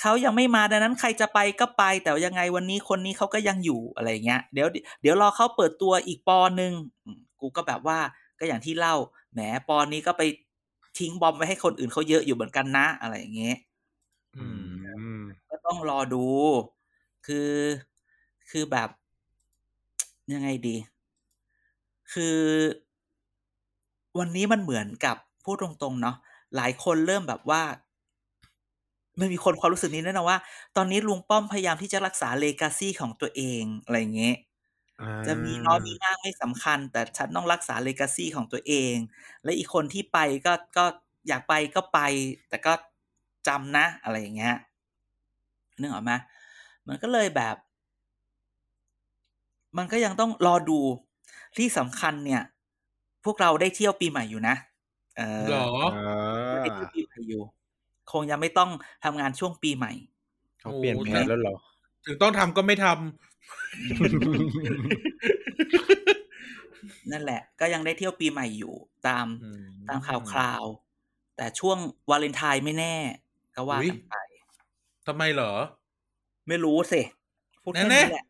[SPEAKER 1] เขายังไม่มาดังนั้นใครจะไปก็ไป แต่ยังไงวันนี้คนนี้เขาก็ยังอยู่อะไรเงี้ยเดี๋ยวเดี๋ยวรอเขาเปิดตัวอีกปอหนึ่งอืมกูก็แบบว่าก็อย่างที่เล่าแหมปอนี้ก็ไปทิ้งบอมไว้ให้คนอื่นเขาเยอะอยู่เหมือนกันนะ อะไรอย่างเงี้ย
[SPEAKER 2] อืม
[SPEAKER 3] อืม
[SPEAKER 1] ก็ต้องรอดู คือ คือแบบ ยังไงดี คือ วันนี้มันเหมือนกับพูดตรงๆ เนาะ หลายคนเริ่มแบบว่า มันมีคนความรู้สึกนี้ด้วยนะว่า ตอนนี้ลุงป้อมพยายามที่จะรักษาเลกาซีของตัวเอง อะไรอย่างเงี้ย จะมีน้อยมีมากไม่สำคัญ แต่ฉันต้องรักษาเลกาซีของตัวเอง และอีกคนที่ไปก็ก็อยากไปก็ไป แต่ก็จำนะ อะไรอย่างเงี้ยนึกออกไหมมันก็เลยแบบ มันก็ยังต้องรอดูที่สำคัญเนี่ย พวกเราได้เที่ยวปีใหม่อยู่นะเออ
[SPEAKER 2] หรอ
[SPEAKER 1] ได้เที่ยวปีใหม่อยู่ คงยังไม่ต้องทำงานช่วงปีใหม่
[SPEAKER 3] เขาเปลี่ยนแผนแล้วเหรอ
[SPEAKER 2] ถึงต้องทำก็ไม่ทำ
[SPEAKER 1] นั่นแหละ ก็ยังได้เที่ยวปีใหม่อยู่ตาม ตามข่าวคราว แต่ช่วงวาเลนไทน์ไม่แน่ ก็ว่า
[SPEAKER 2] อุ๊ย
[SPEAKER 1] กันไป
[SPEAKER 2] ทำไมเหรอ
[SPEAKER 1] ไม่รู้สิ พูดแค่
[SPEAKER 2] แน่
[SPEAKER 1] นี้
[SPEAKER 2] ๆ
[SPEAKER 1] แหละ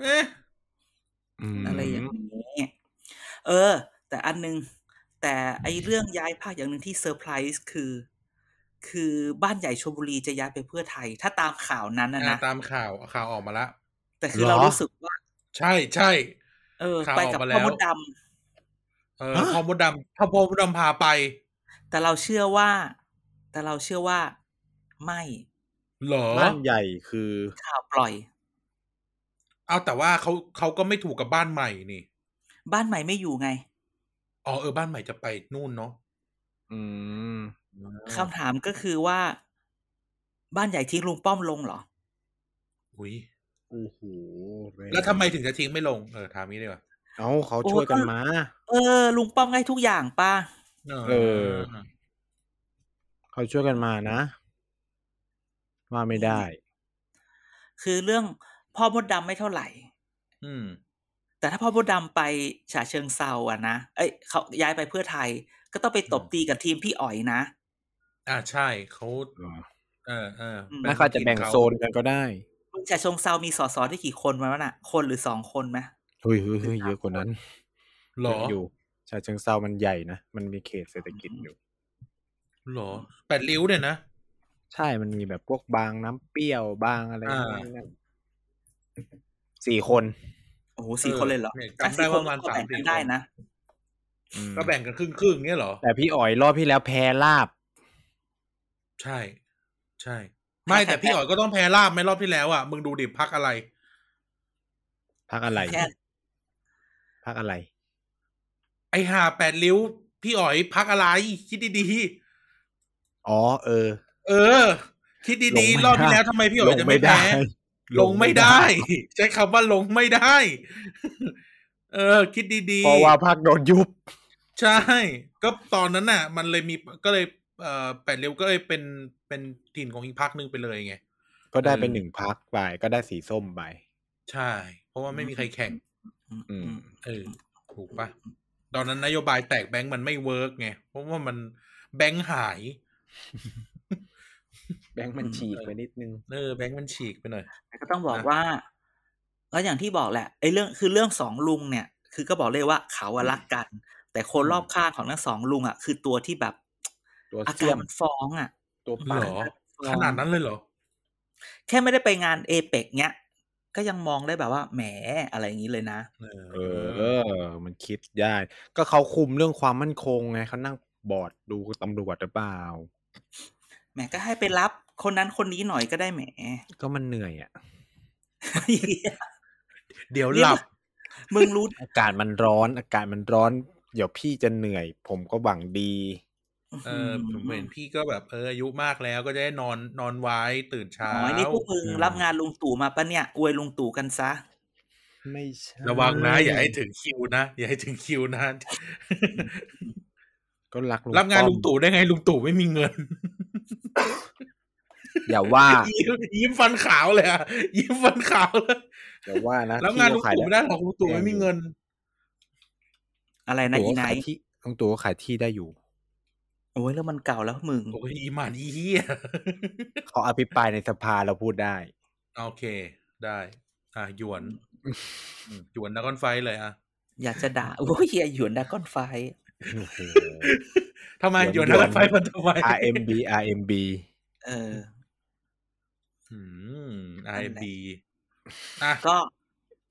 [SPEAKER 2] เอ๊ะ
[SPEAKER 1] อะไรอย่างนี้ เออ แต่อันนึง แต่ไอเรื่องย้ายภาคอย่างหนึ่งที่เซอร์ไพรส์คือ คือบ้านใหญ่ชลบุรีจะย้ายไปเพื่อไทย ถ้าตามข่าวนั้นนะ
[SPEAKER 2] อ่า
[SPEAKER 1] นะ
[SPEAKER 2] ตามข่าวข่าวออกมาละ
[SPEAKER 1] แต่คือ
[SPEAKER 3] เหรอ
[SPEAKER 1] เรารู้สึกว่า
[SPEAKER 2] ใช่ใช่
[SPEAKER 1] เออ
[SPEAKER 2] ข่าว
[SPEAKER 1] ไปกับ
[SPEAKER 2] ออกมาแล้ว
[SPEAKER 1] พ่อมดด
[SPEAKER 2] เออ
[SPEAKER 3] ฮะ
[SPEAKER 2] พ่อมดดำถ้าพ่อมดดำพาไป
[SPEAKER 1] ำแต่เราเชื่อว่า แต่เราเชื่อว่าไม่
[SPEAKER 2] เหรอ
[SPEAKER 3] บ้านใหญ่คือ
[SPEAKER 1] ข่าวปล่อย
[SPEAKER 2] เอาแต่ว่าเขาเขาก็ไม่ถูกกับบ้านใหม่นี่
[SPEAKER 1] บ้านใหม่ไม่อยู่ไง
[SPEAKER 2] อ๋อเออบ้านใหม่จะไปนู่นเนาะ
[SPEAKER 3] อืม
[SPEAKER 1] คำถามก็คือว่า บ้านใหญ่ทิ้งลุงป้อมลงเหรอ
[SPEAKER 2] อุ้ย
[SPEAKER 3] โอ้โห
[SPEAKER 2] แล้วทำไมถึงจะทิ้งไม่ลงเออถามนี้ดีกว่า
[SPEAKER 3] เอ้าเขาช่วยกันมา
[SPEAKER 1] เออ ลุงป้อมให้ทุกอย่างป้า
[SPEAKER 3] เออ เขาช่วยกันมานะ ว่าไม่ได้
[SPEAKER 1] คือเรื่องพ่อมดดำไม่เท่าไหร่
[SPEAKER 2] อืม
[SPEAKER 1] แต่ถ้าพ่อมดดำไปฉะเชิงเซาอะนะ เอ้ยเขาย้ายไปเพื่อไทย ก็ต้องไปตบตีกับทีมพี่อ๋อยนะ
[SPEAKER 2] อ่าใช่เขาเออเออ
[SPEAKER 1] อืม
[SPEAKER 2] เป็
[SPEAKER 3] น่าจะแบ่งโซนกันก็ได้
[SPEAKER 1] ฉะเชิงเซามีสสได้กี่คนมาวะน่ะ คนหรือสองคนไหม
[SPEAKER 3] เฮ้ยเฮ้ยเฮ้ยเยอะกว่านั้น
[SPEAKER 2] เหรอ
[SPEAKER 3] เยะอยู่ชาเชิงเซามันใหญ่นะ มันมีเขตเศรษฐกิจอยู่
[SPEAKER 2] เหรอแปดริ้วเนี่ยนะ
[SPEAKER 3] ใช่ มันมีแบบพวกบางน้ำเปรี้ยวบางอะไร
[SPEAKER 2] อ่า
[SPEAKER 3] นั่นนั่นสี่คน
[SPEAKER 1] โอ้โหสี่คนเลยเหรอ
[SPEAKER 2] เนี่ย
[SPEAKER 1] อ่ะ
[SPEAKER 2] จำได้ว่าประมาณ
[SPEAKER 1] ก็
[SPEAKER 2] สาม
[SPEAKER 1] แบ่งกั
[SPEAKER 2] สี่
[SPEAKER 1] น
[SPEAKER 2] ค
[SPEAKER 1] ได้
[SPEAKER 2] น
[SPEAKER 1] นะ
[SPEAKER 2] ก็แบ่งกันครึ่งครึ่งๆเงี้ยเหรอ
[SPEAKER 3] แต่พี่อ๋อยรอบที่แล้วแพ้ลาบ
[SPEAKER 2] ใช่ ใช่ ไม่แต่พี่อ๋อยก็ต้องแพ้ราบไหมรอบที่แล้วอ่ะมึงดูดิพักอะไร
[SPEAKER 3] พักอะไร
[SPEAKER 1] แค่
[SPEAKER 3] พักอะไร
[SPEAKER 2] ไอห่าแปดริ้ว พี่อ๋อยพักอะไร คิดดี
[SPEAKER 3] อ๋อ เออ
[SPEAKER 2] ๆเออ คิด
[SPEAKER 3] ล
[SPEAKER 2] ดี
[SPEAKER 3] งไม่
[SPEAKER 2] ๆรอบที่
[SPEAKER 3] ได้
[SPEAKER 2] แล้วทำไมพี่อ๋อยจะไม่แพ้ลงไม่ได้ ใช้คำว่าลงไม่ได้ เออ คิดดีๆ
[SPEAKER 3] เพราะว่าพักโดนยุบ
[SPEAKER 2] ใช่ ก็ตอนนั้นน่ะ มันเลยมีก็เลยเอ่อแปดเร็วก็เลยเป็นเป็นถิ่นของอีกพักหนึ่งไปเลยไง
[SPEAKER 3] ก็ได้ไป
[SPEAKER 2] เออ
[SPEAKER 3] หนึ่งพักไป ก็ได้สีส้มไป
[SPEAKER 2] ใช่ เพราะว่าไม่มีใครแข่ง
[SPEAKER 1] อืม
[SPEAKER 3] อืม
[SPEAKER 2] เออ ถูกปะตอนนั้นนโยบายแตกแบงก์มันไม่เวิร์กไง เพราะว่ามันแบงก์หาย
[SPEAKER 3] แบงค์มันฉีกไปนิดนึง
[SPEAKER 2] เออแบงก์มันฉีกไปหน่อย
[SPEAKER 1] แต่ก็ต้องบอก
[SPEAKER 2] นะ
[SPEAKER 1] ว่าก็อย่างที่บอกแหละไอ้เรื่องคือเรื่องสองลุงเนี่ย คือก็บอกเลยว่าเขาอะรักกัน แต่คนรอบข้างของทั้งสองลุงอ่ะ คือตัวที่แบบ
[SPEAKER 3] ตัว
[SPEAKER 1] อา
[SPEAKER 3] เสี่
[SPEAKER 1] กาย ร
[SPEAKER 3] ม
[SPEAKER 1] มันฟ้องอ่ะ
[SPEAKER 3] ตัว
[SPEAKER 2] เห
[SPEAKER 3] ปั่น
[SPEAKER 2] รอ
[SPEAKER 1] เออ
[SPEAKER 2] ขนาดนั้นเลยเหรอ
[SPEAKER 1] แค่ไม่ได้ไปงานเอเปกเนี้ย ก็ยังมองได้แบบว่าแหมอะไรอย่างนี้เลยนะ
[SPEAKER 2] เอ
[SPEAKER 3] เออ มันคิดได้ ก็เขาคุมเรื่องความมั่นคงไงเขานั่งบอร์ดดูตำรวจหรือเปล่า
[SPEAKER 1] แหมก็ให้ไปรับคนนั้นคนนี้หน่อยก็ได้แหม
[SPEAKER 3] ก็มันเหนื่อยอ่ะ
[SPEAKER 2] เดี๋ยวหลับ
[SPEAKER 1] มึงรู้
[SPEAKER 3] อากาศมันร้อน อากาศมันร้อน เดี๋ยวพี่จะเหนื่อย ผมก็หวังดี
[SPEAKER 2] เออผมเห็นพี่ก็แบบเอออายุมากแล้วก็จะได้นอนนอนไว้ตื่นเช้า
[SPEAKER 1] อ๋อนี่พวกมึงรับงานลุงตู่มาปะเนี่ยอวยลุงตู่กันซะ
[SPEAKER 3] ไม่ใช่
[SPEAKER 2] ระวังนะ อย่าให้ถึงคิวนะ อย่าให้ถึงคิวนะ
[SPEAKER 3] ก็รักลุง
[SPEAKER 2] รับงาน
[SPEAKER 3] ป้อม
[SPEAKER 2] ลุงตู่ได้ไงลุงตู่ไม่มีเงิน
[SPEAKER 3] อย่าว่า
[SPEAKER 2] ยิ้มยิ้มฟันขาวเลยอะยิ้มฟันขาวเลย
[SPEAKER 3] อย่าว่านะ
[SPEAKER 2] รับงานลุง
[SPEAKER 3] ที่เขย
[SPEAKER 2] ตู่ไม่ได้หรอกลุงตู่ไม่มีเงิน
[SPEAKER 1] อะไรนะ
[SPEAKER 3] ตั๋ว
[SPEAKER 1] อีไน
[SPEAKER 3] ขาย
[SPEAKER 1] ท์
[SPEAKER 3] ที่ของตั๋วขายที่ได้อยู่
[SPEAKER 1] โอ้ยแล้วมันเก่าแล้วมึง
[SPEAKER 2] โอ้ยอีหมันอีเหี้ย
[SPEAKER 3] เขาอภิปรายในสภาเราพูดได้
[SPEAKER 2] โอเค ได้ อ่ะหยวนอืมหยวนนักก้อนไฟท์เลยอ่ะ
[SPEAKER 1] อยากจะ ด่าโอ้ยเฮียหยวนดรากอนไฟท์
[SPEAKER 3] โอ้โห
[SPEAKER 2] ทำไมห
[SPEAKER 3] ห
[SPEAKER 2] ย
[SPEAKER 3] ย
[SPEAKER 2] วน
[SPEAKER 3] ว
[SPEAKER 2] นัก
[SPEAKER 3] น
[SPEAKER 2] ก้อนไฟท์มันทำไม
[SPEAKER 3] RMB RMB
[SPEAKER 1] เออ
[SPEAKER 2] อืมไอ
[SPEAKER 1] นั่นแหละ
[SPEAKER 2] บีอ่ะ
[SPEAKER 1] ก็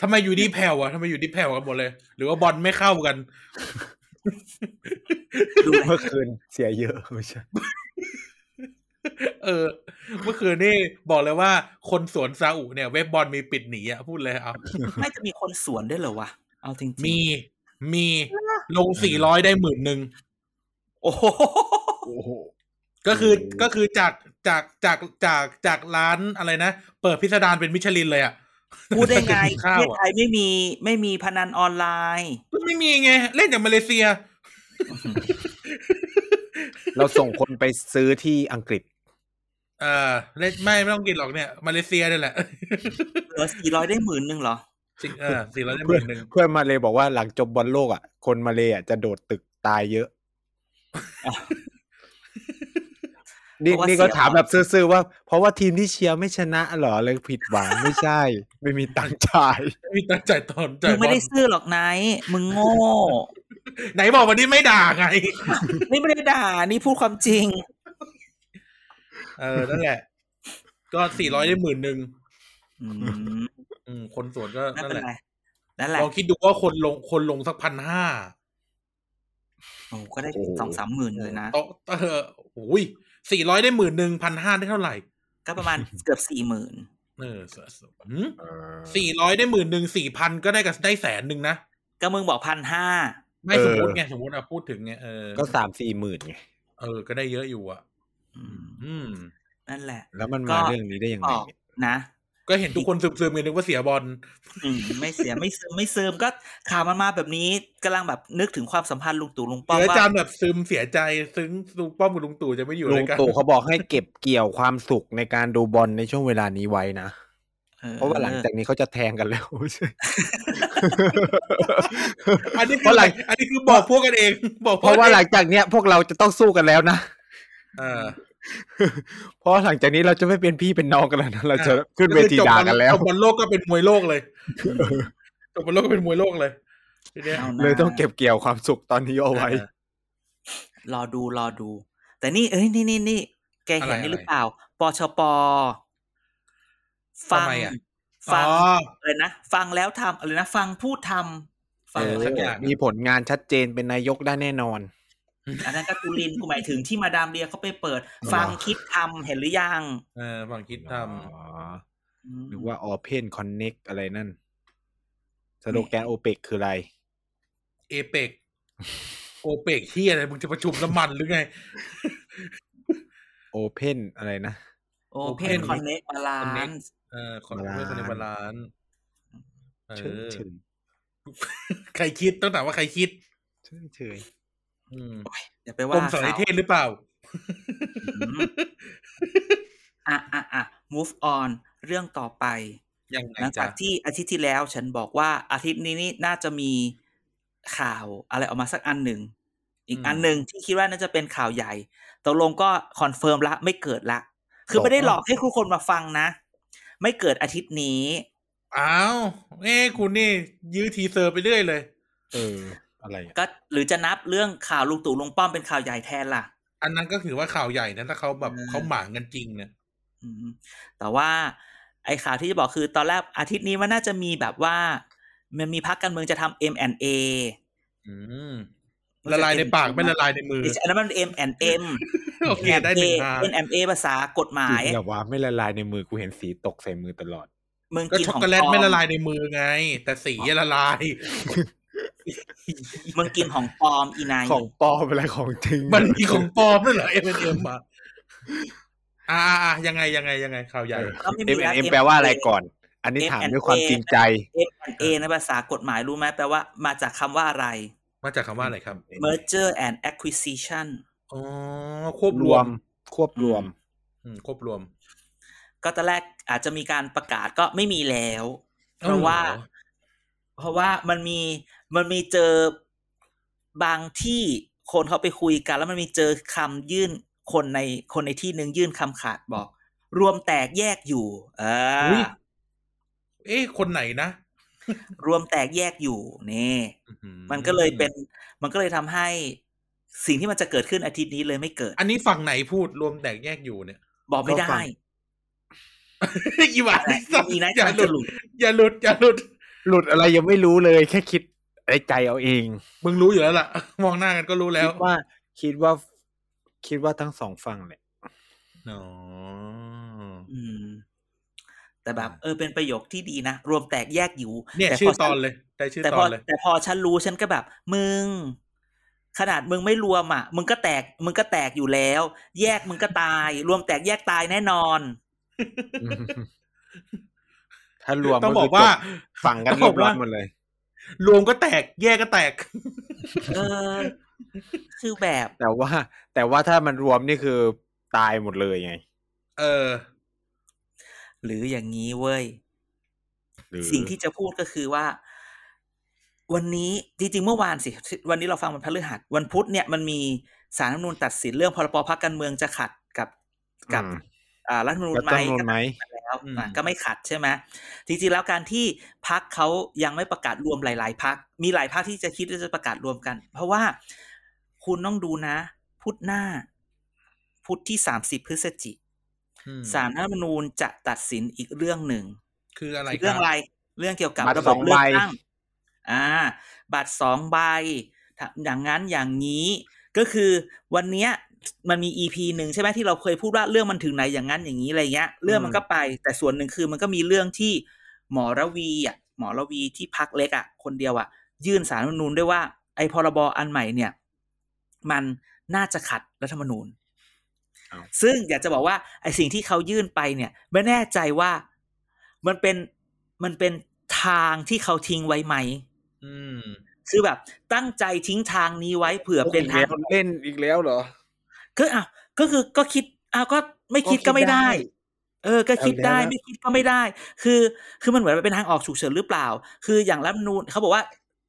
[SPEAKER 2] ทำไมอยู่ดีแผ่วอ่ะทำไมอยู่ดีแผ่วกันหมดเลย หรือว่าบอลไม่เข้ากัน
[SPEAKER 1] ดู
[SPEAKER 3] เมื่อคืนเสียเยอะไม่ใช่
[SPEAKER 2] เออ เมื่อคืนนี่บอกเลยว่าคนสวนซาอุเนี่ย เว็บบอลมีปิดหนีอ่ะพูดเลยเอา
[SPEAKER 1] ไม่จะมีคนสวนด้วยเหรอวะเอาจริงๆ
[SPEAKER 2] มี มี ลงสี่ร้อยได้หมื่นหนึ่ง
[SPEAKER 1] โอ้โห
[SPEAKER 3] โอ้โห
[SPEAKER 2] ก็คือ
[SPEAKER 3] โอ้
[SPEAKER 2] ก็คือจากจากจากจากจากร้านอะไรนะ เปิดพิสดารเป็นมิชลินเลยอ่ะ
[SPEAKER 1] พูดได้ ไง
[SPEAKER 2] ข้าว
[SPEAKER 1] ประ
[SPEAKER 2] อะ
[SPEAKER 1] เทศไทยไม่มีไม่มีพนันออนไลน์
[SPEAKER 2] ก็ไม่มีไง เล่นอย่างมาเลเซีย
[SPEAKER 3] เราส่งคนไปซื้อที่อังกฤษ
[SPEAKER 2] เออเล่นไม่ไม่ต้องกินหรอกเนี่ย มาเลเซียนี่แหละ
[SPEAKER 1] เหลือสี่ร้อยได้หมื่นหนึ่งเหรอ
[SPEAKER 2] จริงเออสี่ร้อยได้หมื่นหนึ่ง
[SPEAKER 3] เพื่อนมาเลยบอกว่าหลังจบบอลโลกอ่ะ คนมาเลยอ่ะจะโดดตึกตายเย อะ นี่
[SPEAKER 1] เพราะว่า
[SPEAKER 3] นี่ก็
[SPEAKER 1] เสีย
[SPEAKER 3] ถามแบบซื่อๆว่า เพราะว่าทีมที่เชียร์ไม่ชนะเหรอเลยผิดหวังไม่ใช่ ไม่มีตังค์จ่าย
[SPEAKER 2] มีตังค์จ่ายตอนจ่า
[SPEAKER 1] มึ
[SPEAKER 2] ยบ
[SPEAKER 1] ง
[SPEAKER 2] อ
[SPEAKER 1] ไม่
[SPEAKER 2] ล
[SPEAKER 1] ได้ซื้อหรอกไนท์มึงโง่
[SPEAKER 2] ไหนบอกวันนี้ไม่ด่าไง
[SPEAKER 1] นี่ไม่ได้ด่านี่พูดความจริง
[SPEAKER 2] เออนั่นแหละ ก็สี่ร้อยได้หมื่นหนึ่ง
[SPEAKER 1] อืม
[SPEAKER 2] อืมคนสวนก็
[SPEAKER 1] ไม่
[SPEAKER 2] นั่น
[SPEAKER 1] เป็
[SPEAKER 2] แห
[SPEAKER 1] น
[SPEAKER 2] ละ
[SPEAKER 1] ไรนั่นแหละ
[SPEAKER 2] ลองคิดดูว่าคนลงคนลงสักพันห้า
[SPEAKER 1] โอ้ก็ได้
[SPEAKER 3] โอ้โห
[SPEAKER 1] สองสามหมื่นเลยนะ
[SPEAKER 2] โต๊ะเออโอ้ยสี่ร้อยได้หมื่นหนึ่งพันห้าได้เท่าไหร่
[SPEAKER 1] ก็ประมาณเกือบสี่หมื่น
[SPEAKER 2] เออหืม สี่ร้อยได้หมื่นหนึ่งสี่พันก็ได้กับได้แสนหนึ่งนะ
[SPEAKER 1] ก็มึงบอกพันห้า
[SPEAKER 2] ไม่
[SPEAKER 3] เออ
[SPEAKER 2] สมมติไงสมมติอะพูดถึงไงเออ
[SPEAKER 3] ก็สามสี่หมื่นไง
[SPEAKER 2] เออ ก็ได้เยอะอยู่อ่ะ อืม
[SPEAKER 1] นั่นแหละ
[SPEAKER 3] แล้วมัน
[SPEAKER 1] ก็
[SPEAKER 3] มาเรื่องนี้ได้ยัง
[SPEAKER 1] อ
[SPEAKER 3] ไง
[SPEAKER 1] อก
[SPEAKER 3] เนี่ย
[SPEAKER 1] นะ
[SPEAKER 2] ก็เห็นทุกคนซึมๆกันนึกว่าเสียบอล
[SPEAKER 1] อืมไม่เสียไม่ซึมไม่ซึมก็ข่าวมันมาแบบนี้กำลังแบบนึกถึงความสัมพันธ์ลุงตู่ลุงป้อม
[SPEAKER 2] เสีย
[SPEAKER 1] ว่า
[SPEAKER 2] จำแบบซึมเสียใจ ซึ้งลุงป้อมกับลุงตู่จะไม่อยู่
[SPEAKER 3] ลุ
[SPEAKER 2] ด้ว
[SPEAKER 3] ง
[SPEAKER 2] ยกัน
[SPEAKER 3] ตู่เขาบอกให้เก็บเกี่ยวความสุขในการดูบอลในช่วงเวลานี้ไว้นะ
[SPEAKER 1] ออ
[SPEAKER 3] เพราะว่าหลังจากนี้เขาจะแทงกัน แล้ว
[SPEAKER 2] อันนี้
[SPEAKER 3] เพ
[SPEAKER 2] คื
[SPEAKER 3] ราะ
[SPEAKER 2] อ
[SPEAKER 3] หลัง
[SPEAKER 2] อันนี้คือบอกพวกกันเอง บอกพ
[SPEAKER 3] เพ
[SPEAKER 2] ก
[SPEAKER 3] ราะว่า
[SPEAKER 2] กัน
[SPEAKER 3] ห
[SPEAKER 2] เอ
[SPEAKER 3] ลังจากเนี้ยพวกเราจะต้องสู้กันแล้วนะ
[SPEAKER 2] เออ
[SPEAKER 3] เพราะหลังจากนี้เราจะไม่เป็นพี่เป็นน้องกันแล้วนะเราจะขึ้นเวทีด่ากันแล้ว
[SPEAKER 2] จบบอลโลกก็เป็นมวยโลก เลยจบบอลโลกก็เป็นมวยโลกเลยทีเนี้ย
[SPEAKER 1] อาหน้า
[SPEAKER 3] เลยต้องเก็บเกี่ยวความสุขตอนนี้เอาไว้
[SPEAKER 1] รอดูรอดู แต่นี่เอ้ยนี่นี่นี่แกเห็นนี่หรือเปล่าปชปฟัง
[SPEAKER 2] ทำไมอะอ๋
[SPEAKER 1] ฟัง
[SPEAKER 2] อ
[SPEAKER 1] อะไรนะฟังแล้วทำอะไรนะ ฟังพูดทำฟัง
[SPEAKER 2] เออสักอย่าง
[SPEAKER 3] มีผลงานชัดเจนเป็นนายกได้แน่นอน
[SPEAKER 1] อันนั้นก็ตูลินกูหมายถึงที่มาดามเดียเขาไปเปิด ฟังคิดทำเห็นหรือยัง
[SPEAKER 2] เออฝั่งคิดทำ
[SPEAKER 3] อ๋อหรือว่า Open Connect อะไรนั่นสโลแกนโอเปกคืออะไร
[SPEAKER 2] เอเป กโอเปกที่อะไรมึงจะประชุมน้ำมันหรือไง
[SPEAKER 3] Open อะไรนะ
[SPEAKER 1] โอเพ
[SPEAKER 2] Open
[SPEAKER 1] นคอนเน c t บาลาน
[SPEAKER 2] Connect
[SPEAKER 1] ซ์
[SPEAKER 2] เออคอนเทนต์ในบาลานซ์เอ
[SPEAKER 3] เฉ
[SPEAKER 2] อย
[SPEAKER 3] เฉย
[SPEAKER 2] ใครคิดต้องถามว่าใครคิด
[SPEAKER 3] เฉยเฉย
[SPEAKER 2] อืม
[SPEAKER 1] อย่าไป
[SPEAKER 2] กร
[SPEAKER 1] ว่าม
[SPEAKER 2] สาร
[SPEAKER 1] เขา
[SPEAKER 2] เทศหรือเปล่า
[SPEAKER 1] อืมอ่ะอ่ะอ่ะ move on เรื่องต่อไป
[SPEAKER 2] ยังไง
[SPEAKER 1] หลังจา
[SPEAKER 2] จ๊ะ
[SPEAKER 1] กที่อาทิตย์ที่แล้วฉันบอกว่าอาทิตย์นี้นี่น่าจะมีข่าวอะไรออกมาสักอันหนึ่ง อีกอันหนึ่งที่คิดว่าน่าจะเป็นข่าวใหญ่ตกลงก็คอนเฟิร์มละไม่เกิดละ คือไม่ได้หลอกให้ทุกคนมาฟังนะ ไม่เกิดอาทิตย์นี้
[SPEAKER 2] อ้าวเอ้คุณนี่ ยื้อทีเซอร์ไปเรื่อยเลย
[SPEAKER 3] เออ อะไรอ่ะ
[SPEAKER 1] ก็หรือจะนับเรื่องข่าวลุงตู่ลุงป้อมเป็นข่าวใหญ่แทนล่ะ
[SPEAKER 2] อันนั้นก็ถือว่าข่าวใหญ่นะถ้าเขาแบบ
[SPEAKER 1] เออ
[SPEAKER 2] เขาหมางกันจริงเนี่ย
[SPEAKER 1] อืมแต่ว่า ไอ้ข่าวที่จะบอกคือตอนแรกอาทิตย์นี้มันน่าจะมีแบบว่า มันมีพักการเมืองจะทำ M&A
[SPEAKER 2] อืมละลายในปากไม่ละลายในมือ
[SPEAKER 1] ดิฉันอันนั้นมัน M&M
[SPEAKER 2] โอเค ได้หนึ่งฮา
[SPEAKER 1] เป็น M A ภาษากฎหมา
[SPEAKER 3] จริ
[SPEAKER 1] ย
[SPEAKER 3] งเหรอวะไม่ละลายในมือกูเห็นสีตกใส่มือตลอด
[SPEAKER 1] มึง
[SPEAKER 2] ก็
[SPEAKER 1] กิน
[SPEAKER 2] ช็อก
[SPEAKER 1] ของ
[SPEAKER 2] โกแลต
[SPEAKER 1] ปอ
[SPEAKER 2] ไม่ละลายในมือไง แต่สีอะละลาย
[SPEAKER 1] มึงกินของปลอมอีนาย
[SPEAKER 3] ของปลอมอะไรของจริง
[SPEAKER 2] มันมีของปลอมด้วยเหรอ M M อ่ะอ่าอ่ายังไงยังไงยังไงข่าวใหญ่
[SPEAKER 1] ก็ไม่
[SPEAKER 3] เอ็ม
[SPEAKER 1] มีแล้ว
[SPEAKER 3] เอ็มแปลว่าอะไรก่อน อันนี้
[SPEAKER 1] M&A
[SPEAKER 3] ถามด้วยความจริงใจ
[SPEAKER 1] M&A ในภาษากฎหมายรู้ไหมแปลว่ามาจากคำว่าอะไร
[SPEAKER 2] มาจากคำว่าอะไรครับ
[SPEAKER 1] merger and acquisition
[SPEAKER 2] อ๋อควบ
[SPEAKER 3] ร
[SPEAKER 2] ร
[SPEAKER 3] ว
[SPEAKER 2] ว
[SPEAKER 3] ม
[SPEAKER 2] ม
[SPEAKER 3] ควบรวม
[SPEAKER 2] อืมควบรวม
[SPEAKER 1] ก็ตอนแรกอาจจะมีการประกาศก็ไม่มีแล้ว เพราะว่า เพราะว่ามันมีมันมีเจอ บางที่คนเขาไปคุยกัน แล้วมันมีเจอคำยื่นคนในคนในที่หนึ่งยื่นคำขาดบอก รวมแตกแยกอยู่ เอ
[SPEAKER 2] อุ๊
[SPEAKER 1] อย
[SPEAKER 2] เอ๊ะคนไหนนะ
[SPEAKER 1] รวมแตกแยกอยู่นี่
[SPEAKER 2] อื้อหือ
[SPEAKER 1] มันก็เลยเป็น มันก็เลยทำให้สิ่งที่มันจะเกิดขึ้นอาทิตย์นี้เลยไม่เกิด
[SPEAKER 2] อันนี้ฝั่งไหนพูดรวมแตกแยกอยู่เนี่ย
[SPEAKER 1] บอกไม่ได้
[SPEAKER 3] ก็ฟัง
[SPEAKER 2] อีหวานไอ้สัตว์
[SPEAKER 1] มีนะ
[SPEAKER 2] อย่า
[SPEAKER 1] มัน
[SPEAKER 2] หลุ
[SPEAKER 1] จะ
[SPEAKER 2] ด
[SPEAKER 1] หลุด
[SPEAKER 2] อย่าหลุดอย่าหลุด
[SPEAKER 3] หลุดอะไรยังไม่รู้เลย แค่คิดในใจเอาเอง
[SPEAKER 2] มึงรู้อยู่แล้วล่ะ มองหน้ากันก็รู้แล้ว
[SPEAKER 3] คิดว่าคิดว่าคิดว่าทั้งสองฝั่งแหละ
[SPEAKER 2] อ๋อ
[SPEAKER 1] อืม แต่แบบ เออเป็นประโยคที่ดีนะ รวมแตกแยกอยู่
[SPEAKER 2] เนี่ย
[SPEAKER 1] แต่
[SPEAKER 2] ชื่
[SPEAKER 1] พ
[SPEAKER 2] อตอนเลย ได้ชื่อ
[SPEAKER 1] แต่
[SPEAKER 2] ต
[SPEAKER 1] พ
[SPEAKER 2] อ
[SPEAKER 1] อน
[SPEAKER 2] เลย
[SPEAKER 1] แต่พอฉันรู้ฉันก็แบบ มึง ขนาดมึงไม่รวมอ่ะ มึงก็แตก มึงก็แตกอยู่แล้ว แยกมึงก็ตาย รวมแตกแยกตายแน่นอน
[SPEAKER 3] ถ้ารวม
[SPEAKER 2] ต้องบอก
[SPEAKER 3] คื
[SPEAKER 2] ว่า
[SPEAKER 3] จฝั่งกัน
[SPEAKER 2] ต้องบอ
[SPEAKER 3] เรีย
[SPEAKER 2] ก
[SPEAKER 3] บร้อ
[SPEAKER 2] ว่า
[SPEAKER 3] ยหมดเลย
[SPEAKER 2] รวมก็แตก แยกก็แตก
[SPEAKER 1] เออ คือแบบ
[SPEAKER 3] แต่ว่า แต่ว่าถ้ามันรวมนี่คือตายหมดเลยไง
[SPEAKER 2] เออ
[SPEAKER 1] หรืออย่างนี้เว้ย
[SPEAKER 3] หรือ
[SPEAKER 1] สิ่งที่จะพูดก็คือว่า วันนี้จริงๆเมื่อวานสิวันนี้เราฟังวันพฤหัสวันพุธเนี่ยมันมีสารรัฐธรรมนูญตัดสินเรื่องพรบพักการเมืองจะขัดกับกับ
[SPEAKER 3] อืม
[SPEAKER 1] อ่ารัฐธรรมนูญ
[SPEAKER 3] รัฐ
[SPEAKER 1] ไหม
[SPEAKER 3] ธรรมนูญไหม
[SPEAKER 1] ก็ตัดสินแล้ว
[SPEAKER 2] อืม
[SPEAKER 1] อ่ะก็ไม่ขัดใช่ไหมจริงๆแล้วการที่พักเขายังไม่ประกาศรวมหลาย ๆพักมีหลายพักที่จะคิดว่าจะประกาศรวมกัน เพราะว่าคุณต้องดูนะ พุธหน้า พุธที่สามสิบพฤศจิ
[SPEAKER 2] อืม
[SPEAKER 1] สารรัฐธรรมนูญจะตัดสินอีกเรื่องหนึ่ง
[SPEAKER 2] คืออะไรค
[SPEAKER 1] เรื่อง
[SPEAKER 2] บ
[SPEAKER 1] อะไรเรื่องเกี่ยวกับ
[SPEAKER 3] บัตร
[SPEAKER 1] ระ
[SPEAKER 3] ส
[SPEAKER 1] บ
[SPEAKER 3] อบ ง
[SPEAKER 1] เลือก
[SPEAKER 3] ใบ
[SPEAKER 1] ตั้งอ่า บัตรสองใบถ้าอย่างนั้นอย่างนี้ ก็คือวันเนี้ยมันมี EP หนึ่งใช่ไหมที่เราเคยพูดว่าเรื่องมันถึงไหนอย่างนั้นอย่างนี้อะไรเงี้ย เรื่องมันก็ไป แต่ส่วนหนึ่งคือมันก็มีเรื่องที่หมอระวีอ่ะหมอระวีที่พักเล็กอ่ะคนเดียวอ่ะ ยื่นสารรัฐธรรมนูญด้วยว่าไอ้พรบอันใหม่เนี่ย มันน่าจะขัดรัฐธรรมนูญ
[SPEAKER 3] อ้าว
[SPEAKER 1] ซึ่งอยากจะบอกว่าไอ้สิ่งที่เขายื่นไปเนี่ย ไม่แน่ใจว่ามันเป็นมันเป็นทางที่เขาทิ้งไว้ไหม
[SPEAKER 2] อืม
[SPEAKER 1] คือแบบตั้งใจทิ้งทางนี้ไว้เผื่อเป็นทาง
[SPEAKER 3] เล่นอีกแล้วเหรอ
[SPEAKER 1] ก็อ้าวก็คือก็คิดอ้าวก็ไม่คิดก็ไม่ได้ เออ ก็คิดได้
[SPEAKER 3] เอาแล้วนะ
[SPEAKER 1] ไม่คิดก็ไม่ได้ คือ คือมันเหมือนเป็นทางออกฉุกเฉินหรือเปล่า คืออย่างรัฐธรรมนูนเขาบอกว่า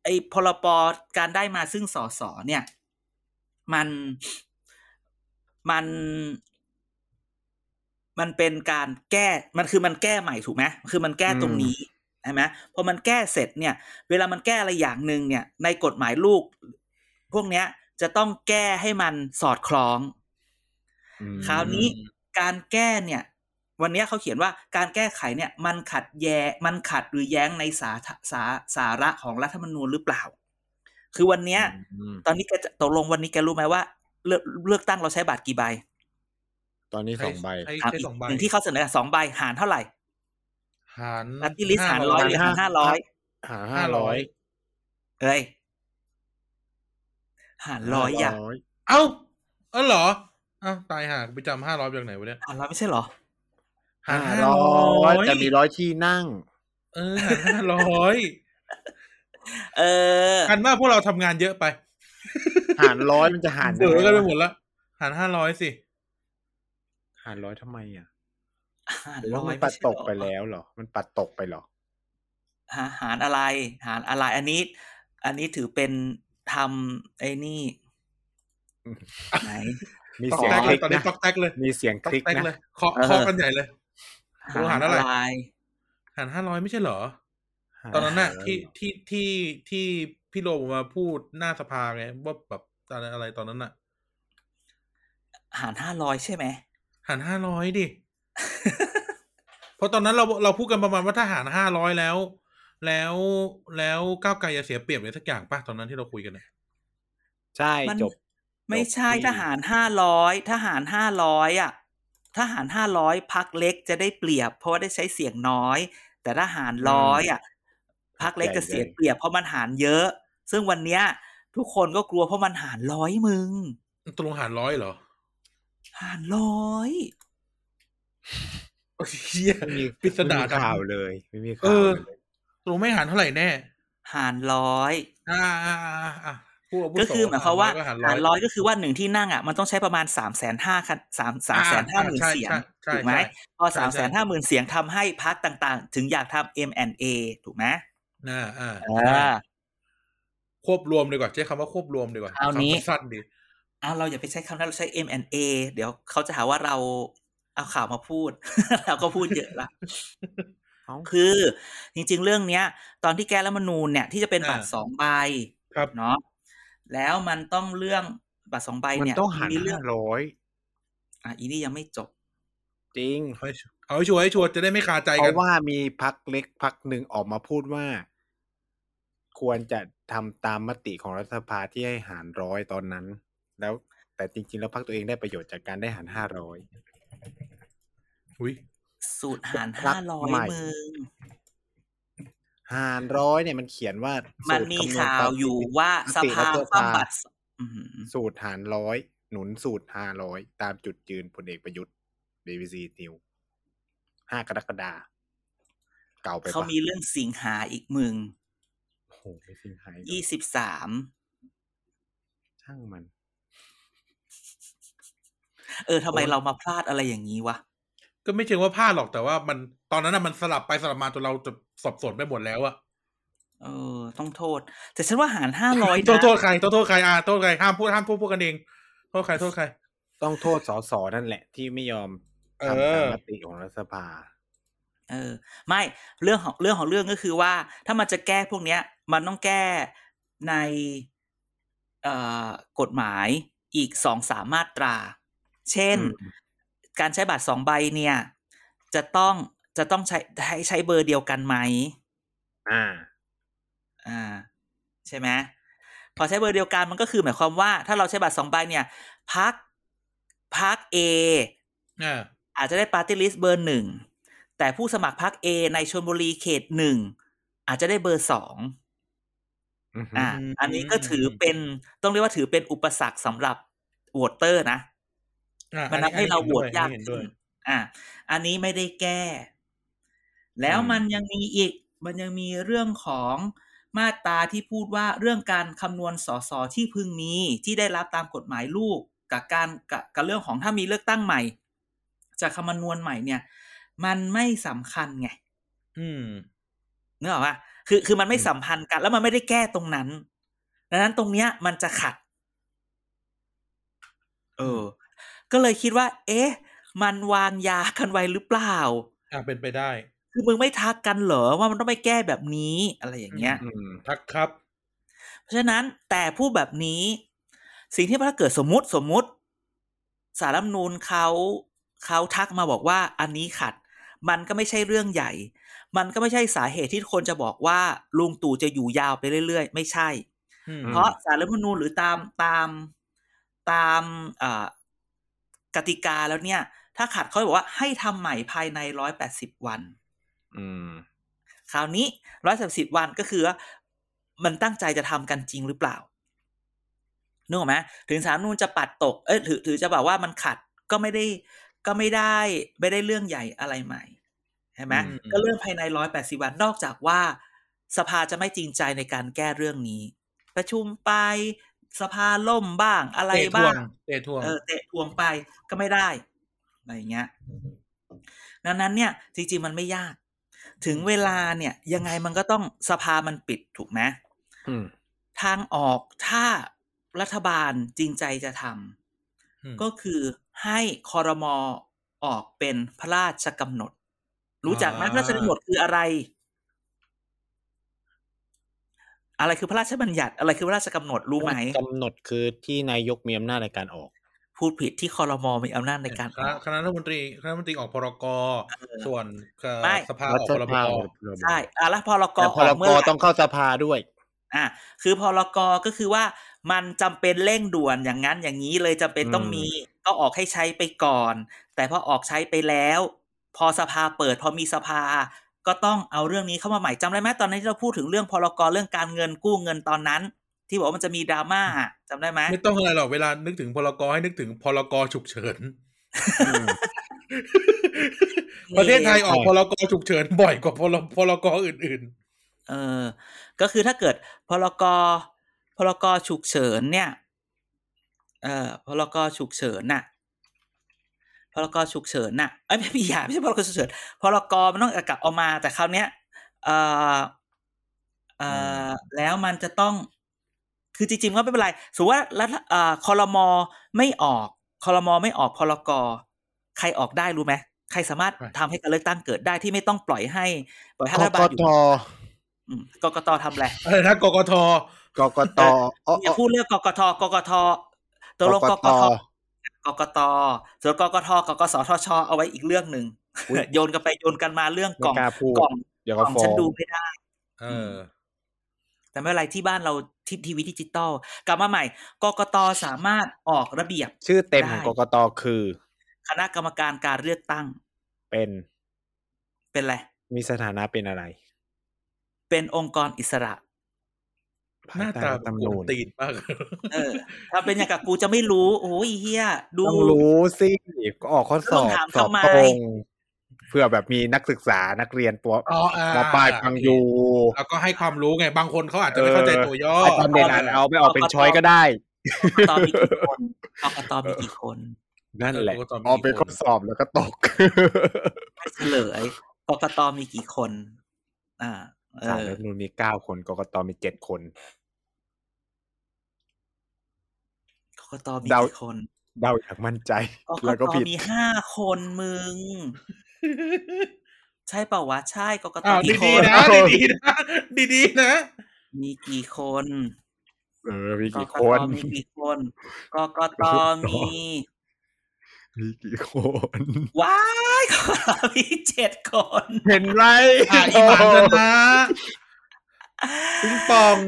[SPEAKER 1] ไอ้พรปการได้มาซึ่งสสเนี่ย มันมัน มันเป็นการแก้ มันคือมันแก้ใหม่ถูกไหมคือมันแก้ตรงนี้ใช่ไหมพอมันแก้เสร็จเนี่ย เวลามันแก้อะไรอย่างหนึ่งเนี่ย ในกฎหมายลูก พวกเนี้ย จะต้องแก้ให้มันสอดคล้อง
[SPEAKER 3] อืม
[SPEAKER 1] คราวนี้การแก้เนี่ย วันเนี้ยเขาเขียนว่าการแก้ไขเนี่ย มันขัดแย้งมันขัดหรือแย้งในสาธสาสาระของรัฐธรรมนูญหรือเปล่า คือวันเนี้ย
[SPEAKER 3] อืม
[SPEAKER 1] ตอนนี้แกจะตกลงวันนี้แกรู้ไหมว่า เลือกเลือกตั้งเราใช้บัตรกี่ใบ
[SPEAKER 3] ตอนนี้สองใบ
[SPEAKER 2] ใช้
[SPEAKER 1] ถาม
[SPEAKER 2] ใช้
[SPEAKER 1] อีก
[SPEAKER 2] สองใบ
[SPEAKER 1] หนึ่งที่เขาเสนอสองใบหารเท่าไหร่
[SPEAKER 2] หาร
[SPEAKER 1] ลัตติลิสหารร้อยหรือหาร
[SPEAKER 3] ห้า
[SPEAKER 1] ห้า
[SPEAKER 3] ร้
[SPEAKER 1] ร้
[SPEAKER 3] อ
[SPEAKER 1] อย ย
[SPEAKER 3] หาห้าร้อย
[SPEAKER 1] เอ้ยหารร้อยอย่า
[SPEAKER 3] ห้าร้อย
[SPEAKER 2] เอ้าเออเหรอเอ้าตายห่าไปจำห้าร้อยจากไหนวะเนี่ย
[SPEAKER 1] หารร้อยไม่ใช่เหรอ
[SPEAKER 2] หาร
[SPEAKER 3] ห้า
[SPEAKER 2] ห้า
[SPEAKER 3] ร้
[SPEAKER 2] ร้
[SPEAKER 3] อ
[SPEAKER 2] อย ย
[SPEAKER 3] จะมีร้อยที่นั่ง
[SPEAKER 2] เออหารห้าร้อย
[SPEAKER 1] เออ
[SPEAKER 2] กันว่าพวกเราทำงานเยอะไป
[SPEAKER 3] หารร้อยมันจะหาร
[SPEAKER 2] เดือ
[SPEAKER 3] ยั
[SPEAKER 2] กัน
[SPEAKER 3] ง
[SPEAKER 2] ไป
[SPEAKER 3] ไง
[SPEAKER 2] หม
[SPEAKER 3] วะ
[SPEAKER 2] ดละหารห้าร้อยสิ
[SPEAKER 3] หารร้อยทำไมอ่ะ
[SPEAKER 1] หาร
[SPEAKER 3] หรือว่า
[SPEAKER 1] ร้อ
[SPEAKER 3] มั
[SPEAKER 1] ย
[SPEAKER 3] นปัด
[SPEAKER 1] ไม่ใช่เหร
[SPEAKER 3] ต
[SPEAKER 1] อ
[SPEAKER 3] กไปแล้วเหรอ มันปัดตกไปเหรอ
[SPEAKER 1] หาหารอะไร หารอะไร อันนี้ อันนี้ถือเป็นทำไอ้นี่
[SPEAKER 3] อืม
[SPEAKER 1] ไหน
[SPEAKER 3] มี
[SPEAKER 2] ตอก
[SPEAKER 3] เสียง
[SPEAKER 2] แตกเลยต
[SPEAKER 3] คลิก
[SPEAKER 2] อนนี้
[SPEAKER 3] นะ
[SPEAKER 2] ตอกแตกเลย
[SPEAKER 3] มีเสียง
[SPEAKER 2] ตอ
[SPEAKER 3] ค
[SPEAKER 2] ก
[SPEAKER 3] ลิก
[SPEAKER 2] แตก
[SPEAKER 3] นะ
[SPEAKER 2] เลยเคาะ
[SPEAKER 1] เออ
[SPEAKER 2] เคาะกันใหญ่เลย หารอะไร หารห้าร้อยไม่ใช่เหรอ ตอนนั้นน่ะที่ที่ที่ที่พี่โรมออกมาพูดหน้าสภาไงว่าแบบอะไรอะไรตอนนั้นน่ะ
[SPEAKER 1] หารห้าร้อยใช่ไหม
[SPEAKER 2] หารห้าร้อยดิ เพราะตอนนั้นเราเราพูดกันประมาณว่าถ้าหารห้าร้อยแล้ว แล้วแล้วก้าวไกลจะเสียเปรียบเลยสักอย่างป่ะตอนนั้นที่เราคุยกันน่ะ
[SPEAKER 3] ใช่
[SPEAKER 1] มัน
[SPEAKER 3] จบ
[SPEAKER 1] ไม่ใช่
[SPEAKER 3] จบที่
[SPEAKER 1] ทหารห้าร้อยทหารห้าร้อยอ่ะทหารห้าร้อยพักเล็กจะได้เปรียบ เพราะว่าได้ใช้เสียงน้อย แต่ทหารร้อยอ่ะพักเล็กจะเสียเปรียบเพราะมันหารเยอะ ซึ่งวันเนี้ย ทุกคนก็กลัวเพราะมันหารร้อยมึง
[SPEAKER 2] ตกลงหารร้อยเหรอ
[SPEAKER 1] หารร้อย
[SPEAKER 2] โอ้ยเหี้ย
[SPEAKER 3] ไม่มี
[SPEAKER 2] ปริศนา
[SPEAKER 3] ไม่มี
[SPEAKER 2] ดำ
[SPEAKER 3] ข่าวเลย ไม่มีข่าว
[SPEAKER 2] เออ
[SPEAKER 3] เลย
[SPEAKER 2] ตกลงไม่หารเท่าไหร่แน่
[SPEAKER 1] หารร้อย
[SPEAKER 2] อ่าอ่าอ่าอ่าผู้อาวุโส
[SPEAKER 1] ก็คือหมายความว่า
[SPEAKER 2] หารร้อ
[SPEAKER 1] หา
[SPEAKER 2] ย
[SPEAKER 1] ร
[SPEAKER 2] ก็
[SPEAKER 1] ร้อยก็คือว่าหนึ่งที่นั่งอ่ะมันต้องใช้ประมาณสามแสนห้าคันสามสามแสนห้าหมื่นเสียง
[SPEAKER 2] อ่าใช่
[SPEAKER 1] ถูกไหม
[SPEAKER 2] ใช่
[SPEAKER 1] พอ
[SPEAKER 2] ใช่
[SPEAKER 1] สาม
[SPEAKER 2] ใช่
[SPEAKER 1] แสนห้าหมื่นเสียงทำให้พักต่างๆ ถึงอยากทำ M&A ถูกไหม
[SPEAKER 2] อ่าอ่า
[SPEAKER 1] อ่า
[SPEAKER 2] ควบรวมดีกว่าใช้คำว่าควบรวมดีกว่า
[SPEAKER 1] เอานี้
[SPEAKER 2] คำสั้นๆดี
[SPEAKER 1] อ้าวเราอย่าไปใช้คำนั้นเราใช้ M&A เดี๋ยวเขาจะหาว่าเราเอาข่าวมาพูด เราก็พูดเยอะละ
[SPEAKER 3] เอ้า
[SPEAKER 1] คือจริง ๆ เรื่องเนี้ย ตอนที่แก้รัฐธรรมนูญเนี่ยที่จะเป็น
[SPEAKER 2] อ่า
[SPEAKER 1] บัตรสองใบ
[SPEAKER 2] ครับ
[SPEAKER 1] เนาะแล้วมันต้องเรื่องบัตรสองใบ
[SPEAKER 3] มัน
[SPEAKER 1] เนี่ย
[SPEAKER 3] ต้องหัน
[SPEAKER 1] มีเรื่
[SPEAKER 3] ห้าร้อย
[SPEAKER 1] อ่ะอีนี่ยังไม่จบ
[SPEAKER 3] จริง
[SPEAKER 2] เอาให้ชัวร์เอาให้ชัวร์ให้ชัวร์จะได้ไม่คาใจ
[SPEAKER 3] เพ
[SPEAKER 2] กัน
[SPEAKER 3] ราะว่ามีพักเล็กพักหนึ่งออกมาพูดว่า ควรจะทำตามมติของรัฐสภาที่ให้หารร้อยตอนนั้น แล้วแต่จริง ๆ แล้วพักตัวเองได้ประโยชน์จากการได้หารห้าร้อย
[SPEAKER 2] อุ้ย
[SPEAKER 1] สูตรหาร
[SPEAKER 3] รั
[SPEAKER 1] ห้าก ร้อย
[SPEAKER 3] ใหม่
[SPEAKER 1] มึง
[SPEAKER 3] หารร้อยเนี่ยมันเขียนว่า
[SPEAKER 1] มั
[SPEAKER 3] สู
[SPEAKER 1] น
[SPEAKER 3] ตร
[SPEAKER 1] มี
[SPEAKER 3] คำนณ
[SPEAKER 1] ข่า
[SPEAKER 3] ต
[SPEAKER 1] วน อยู่ว่าสภา
[SPEAKER 3] ปกติแล้ว
[SPEAKER 1] คว่ำ
[SPEAKER 3] สภา
[SPEAKER 1] บัตรสอืม
[SPEAKER 3] สูตรหารร้อยหนุนสูตรห้าร้อยตามจุดยืนพลเอกประยุทธ์ BBC News ห้ากรกฎาคมเก่าไป
[SPEAKER 1] เขา
[SPEAKER 3] ปะ
[SPEAKER 1] มีเรื่องสิงหาอีกมึง
[SPEAKER 3] โอ้โหไม่ทิ้งหาย
[SPEAKER 1] ยี่สิบสาม
[SPEAKER 3] ช่างมัน
[SPEAKER 1] เออทำไม
[SPEAKER 3] โอ้ย
[SPEAKER 1] เรามาพลาดอะไรอย่างนี้วะ
[SPEAKER 2] ก็ไม่เชิงว่าพลาดหรอกแต่ว่ามันตอนนั้นนะมันสลับไปสลับมาจนเราจะสับสนไปหมดแล้วอะ
[SPEAKER 1] เออ ต้องโทษ แต่ฉันว่าหารห้าร้อย
[SPEAKER 2] โทษ
[SPEAKER 1] นะ
[SPEAKER 2] โทษใครโทษโทษใครอ่าโทษใครห้ามพูดห้ามพูดพวกกันเองโทษใครโทษใคร
[SPEAKER 3] ต้องโทษสสนั่นแหละ ที่ไม่ยอม
[SPEAKER 2] เอ
[SPEAKER 3] ทำตาม
[SPEAKER 2] อ
[SPEAKER 3] มติของรัฐสภา
[SPEAKER 1] เออ ไม่เรื่องของเรื่องของเรื่องก็คือว่า ถ้ามันจะแก้พวกเนี้ย มันต้องแก้ในเอ่อกฎหมายอีกสองสามมาตรา เช่น
[SPEAKER 3] อืม
[SPEAKER 1] การใช้บัตรสองใบเนี่ย จะต้องจะต้องใช้ใช้ใช้เบอร์เดียวกันไหม
[SPEAKER 3] อ่า
[SPEAKER 1] อ่า ใช่ไหมพอใช้เบอร์เดียวกันมันก็คือหมายความว่า ถ้าเราใช้บัตรสองใบเนี่ยพักพักเอ
[SPEAKER 2] อ่า
[SPEAKER 1] อาจจะได้ปาร์ตี้ลิสต์เบอร์หนึ่ง แต่ผู้สมัครพรรคเอในชลบุรีเขตหนึ่ง อาจจะได้เบอร์สอง
[SPEAKER 3] อือฮึ
[SPEAKER 1] อ่า อันนี้ก็ถือเป็นต้องเรียกว่าถือเป็นอุปสรรคสำหรับโหวตเตอร์นะ
[SPEAKER 2] อ่า
[SPEAKER 1] มันทำให้เราโหวตยาก
[SPEAKER 2] เห็นด้
[SPEAKER 1] ขึ้
[SPEAKER 2] วน ย
[SPEAKER 1] อ่ะอันนี้ไม่ได้แก้ แล้วมันยังมีอีก มันยังมีเรื่องของมาตราที่พูดว่าเรื่องการคำนวณสสที่พึงมีที่ได้รับตามกฎหมายลูก กับการกับกับเรื่องของถ้ามีเลือกตั้งใหม่ จะคำนวณใหม่เนี่ย มันไม่สำคัญไง
[SPEAKER 2] อืม
[SPEAKER 1] นึกออกปะคือคือมันไม่สัมพันธ์กัน แล้วมันไม่ได้แก้ตรงนั้น ดังนั้นตรงเนี้ยมันจะขัด เออ ก็เลยคิดว่า เอ๊ะ มันวางยากันไว้หรือเปล่า
[SPEAKER 2] อ่าเป็นไปได้
[SPEAKER 1] คือมึงไม่ทักกันเหรอว่ามันต้องไปแก้แบบนี้อะไรอย่างเงี้ย
[SPEAKER 3] อืม
[SPEAKER 2] ทักครับ
[SPEAKER 1] เพราะฉะนั้นแต่ผู้แบบนี้ สิ่งที่ถ้าเกิดสมมติสมมติ สารรัฐธรรมนูนเขาเขาทักมาบอกว่าอันนี้ขัด มันก็ไม่ใช่เรื่องใหญ่ มันก็ไม่ใช่สาเหตุที่คนจะบอกว่าลุงตู่จะอยู่ยาวไปเรื่อยๆ ไม่ใช่
[SPEAKER 2] อืม
[SPEAKER 1] เพราะสารรัฐธรรมนูญหรือตามตามตามเอ่อกติกาแล้วเนี่ย ถ้าขัดเขาบอกว่าให้ทำใหม่ภายในร้อยแปดสิบวัน
[SPEAKER 3] อืม
[SPEAKER 1] คราวนี้ร้อยสามสิบวันก็คือว่ามันตั้งใจจะทำกันจริงหรือเปล่านึกออกไหมถึงสารนูนจะปัดตก เอ้ยถือถือจะบอกว่ามันขัดก็ไม่ได้ก็ไม่ได้ไม่ได้เรื่องใหญ่อะไรใหม่ใช่ไหม
[SPEAKER 3] อืม
[SPEAKER 1] ก็เรื่องภายในร้อยแปดสิบวันนอกจากว่า สภาจะไม่จริงใจในการแก้เรื่องนี้ ประชุมไปสภาล่มบ้างอะไร
[SPEAKER 2] เตะทว
[SPEAKER 1] บ้าง ง
[SPEAKER 2] เตะทวง
[SPEAKER 1] เออเตะทวงไปก็ไม่ได้อะไรอย่างเงี้ยดังนั้นเนี่ย จริงๆมันไม่ยาก ถึงเวลาเนี่ย ยังไงมันก็ต้องสภามันปิดถูกไหม
[SPEAKER 3] อืม
[SPEAKER 1] ทางออกถ้ารัฐบาลจริงใจจะท
[SPEAKER 2] ม
[SPEAKER 1] ำก็คือให้คอรมอออกเป็นพระราชกำหนด รู้จักไหมพระราชกำหนดคืออะไร อะไรคือพระราชบัญญัติอะไรคือพระราชกำหนดรู้ไหม
[SPEAKER 3] กำหนดคือที่นายกมีอำนาจในการออก
[SPEAKER 1] พูดผิดที่คอรมอมีอำนาจในการ
[SPEAKER 2] ค
[SPEAKER 1] อ
[SPEAKER 2] ณะ
[SPEAKER 1] อก
[SPEAKER 2] คณะรัฐมนตรีคณะรัฐมนตรีออกพรกส่วนเอ่อ
[SPEAKER 1] ไม่
[SPEAKER 2] สภาอ
[SPEAKER 3] รั
[SPEAKER 2] อก
[SPEAKER 3] ฐ
[SPEAKER 2] พรบ
[SPEAKER 3] ภาออกพรบ
[SPEAKER 1] ใช่อ่ะแล้วพรก
[SPEAKER 3] แต่พ
[SPEAKER 1] อ
[SPEAKER 3] ร
[SPEAKER 1] อก
[SPEAKER 3] ก
[SPEAKER 1] เมื่อไหร่
[SPEAKER 3] ต้องเข้าสภาด้วย
[SPEAKER 1] อ่ะคือพรกก็คือว่ามันจำเป็นเร่งด่วนอย่างนั้นอย่างนี้เลยจำเป็นต้อง
[SPEAKER 3] อืม
[SPEAKER 1] มีก็ออกให้ใช้ไปก่อน แต่พอออกใช้ไปแล้ว พอสภาเปิด พอมีสภา ก็ต้องเอาเรื่องนี้เข้ามาใหม่จำได้ไหมตอนนั้นที่เราพูดถึงเรื่องพรกเรื่องการเงินกู้เงินตอนนั้น ที่บอกว่ามันจะมีดราม่าอ่ะจำได้ไหม
[SPEAKER 2] ไม่ต้องอะไรหรอกเวลานึกถึงพรกให้นึกถึงพรกฉุกเฉิน ประเทศไทยออกพรกฉุกเฉินบ่อยกว่าพรพรกอื่น
[SPEAKER 1] เออ ก็คือถ้าเกิดพรกพรกฉุกเฉินเนี่ย เออพรกฉุกเฉินน่ะ พรกฉุกเฉินน่ะเอ้ยไม่พี่ยาไม่ใช่พรกฉุกเฉินพรกมันต้องกลับเออกมา แต่คราวเนี้ยเออเอออแล้วมันจะต้อง คือจริงๆก็ไม่เป็นไรสมมติว่ารัฐอ่าคอรมอไม่ออกคอรมอไม่ออกพรกใครออกได้รู้ไหมใครสามารถทำให้การเลือกตั้งเกิดได้ที่ไม่ต้องปล่อยให้ปล่อยให้
[SPEAKER 4] ก
[SPEAKER 1] รัฐบาล
[SPEAKER 4] ก
[SPEAKER 1] อ
[SPEAKER 4] ต
[SPEAKER 1] ยู่อืมกกตทำอะไร
[SPEAKER 2] อะไรนะกกท
[SPEAKER 4] กกตอ๋อ
[SPEAKER 1] อย่าพูดเรื่องกกทกกทตกลงกกทกกตส่วนกกทกกสทช เอาไว้อีกเรื่องหนึ่ง
[SPEAKER 3] อุ๊ย
[SPEAKER 1] โยนกันไปโยนกันมาเรื่องกล่อง
[SPEAKER 3] ไม่ล้าพูด
[SPEAKER 1] กล่อง
[SPEAKER 3] เดี๋ยว
[SPEAKER 1] กล่
[SPEAKER 3] ก็
[SPEAKER 1] อง
[SPEAKER 3] ฟ้อ
[SPEAKER 1] ฉัน
[SPEAKER 3] ง
[SPEAKER 1] ดูไม่ได้
[SPEAKER 2] เออ
[SPEAKER 1] แต่ไม่เป็นไรที่บ้านเราทีทีวีดิจิตอลกลับมาใหม่กกตสามารถออกระเบียบ
[SPEAKER 3] ชื่อเต็มของ
[SPEAKER 1] ได้
[SPEAKER 3] กกตคือ
[SPEAKER 1] คณะกรรมการการเลือกตั้ง
[SPEAKER 3] เป็น
[SPEAKER 1] เป็นอะไร
[SPEAKER 3] มีสถานะเป็นอะไร
[SPEAKER 1] เป็นองค์กรอิสระ
[SPEAKER 2] หน้าตา
[SPEAKER 3] ภยใรัฐธรรม
[SPEAKER 2] กวน
[SPEAKER 3] นูญ
[SPEAKER 2] ตีนมาก
[SPEAKER 1] เออ ถ้าเป็นอย่างกับกูจะไม่รู้โอ้ยเฮียดู
[SPEAKER 3] ต้องรู้สิก็ออกข้อสอบ
[SPEAKER 1] แล้วมึงถาม
[SPEAKER 3] สอบ
[SPEAKER 1] ทำไม
[SPEAKER 3] ตรงเพื่อแบบมีนักศึกษานักเรียนตัว
[SPEAKER 2] อ๋ออ่าม
[SPEAKER 3] มาปลายฟังอยู่
[SPEAKER 2] แล้วก็ให้ความรู้ไง บางคนเขาอาจจะไม่เข้าใจตัวย่อ
[SPEAKER 3] ไอตอนเด่นอ่านเอาไม่ออกเป็นช้อยก็ได้
[SPEAKER 1] กกตมีกี่คนกกตมีกี่คน
[SPEAKER 3] นั่นแหละ
[SPEAKER 2] กกตมี
[SPEAKER 3] ออกเป็น
[SPEAKER 2] กี่
[SPEAKER 3] ข้อสอบแล้วก็ตก
[SPEAKER 1] ให้เฉลยกกตมีกี่คน อ่า เอ
[SPEAKER 3] สาร
[SPEAKER 1] อ
[SPEAKER 3] รัฐธรรมนูนมีเก้าคนกกตมีเจ็ดคน
[SPEAKER 1] กกตมี
[SPEAKER 3] เดา
[SPEAKER 1] กี่คน
[SPEAKER 3] เดาอย่างมั่นใจ
[SPEAKER 1] กก
[SPEAKER 3] แล้วก็
[SPEAKER 1] ต
[SPEAKER 3] ผิด
[SPEAKER 1] มีห้าคนมึง ใช่เปล่าวะ ใช่กกต
[SPEAKER 2] อ้าว
[SPEAKER 1] มีค
[SPEAKER 2] ดี
[SPEAKER 1] น
[SPEAKER 2] ๆนะดีๆนะดีๆนะ
[SPEAKER 1] มีกี่คน
[SPEAKER 3] เออ มี
[SPEAKER 1] ก
[SPEAKER 3] กี่
[SPEAKER 1] ก
[SPEAKER 3] คน
[SPEAKER 1] ตมีกี่คนกกตมี
[SPEAKER 3] มีกี่คน
[SPEAKER 1] ว้ายกกตมีเจ็ดคน
[SPEAKER 3] เห็นไหม
[SPEAKER 2] อ่ะอีหมานชนะปิงปอง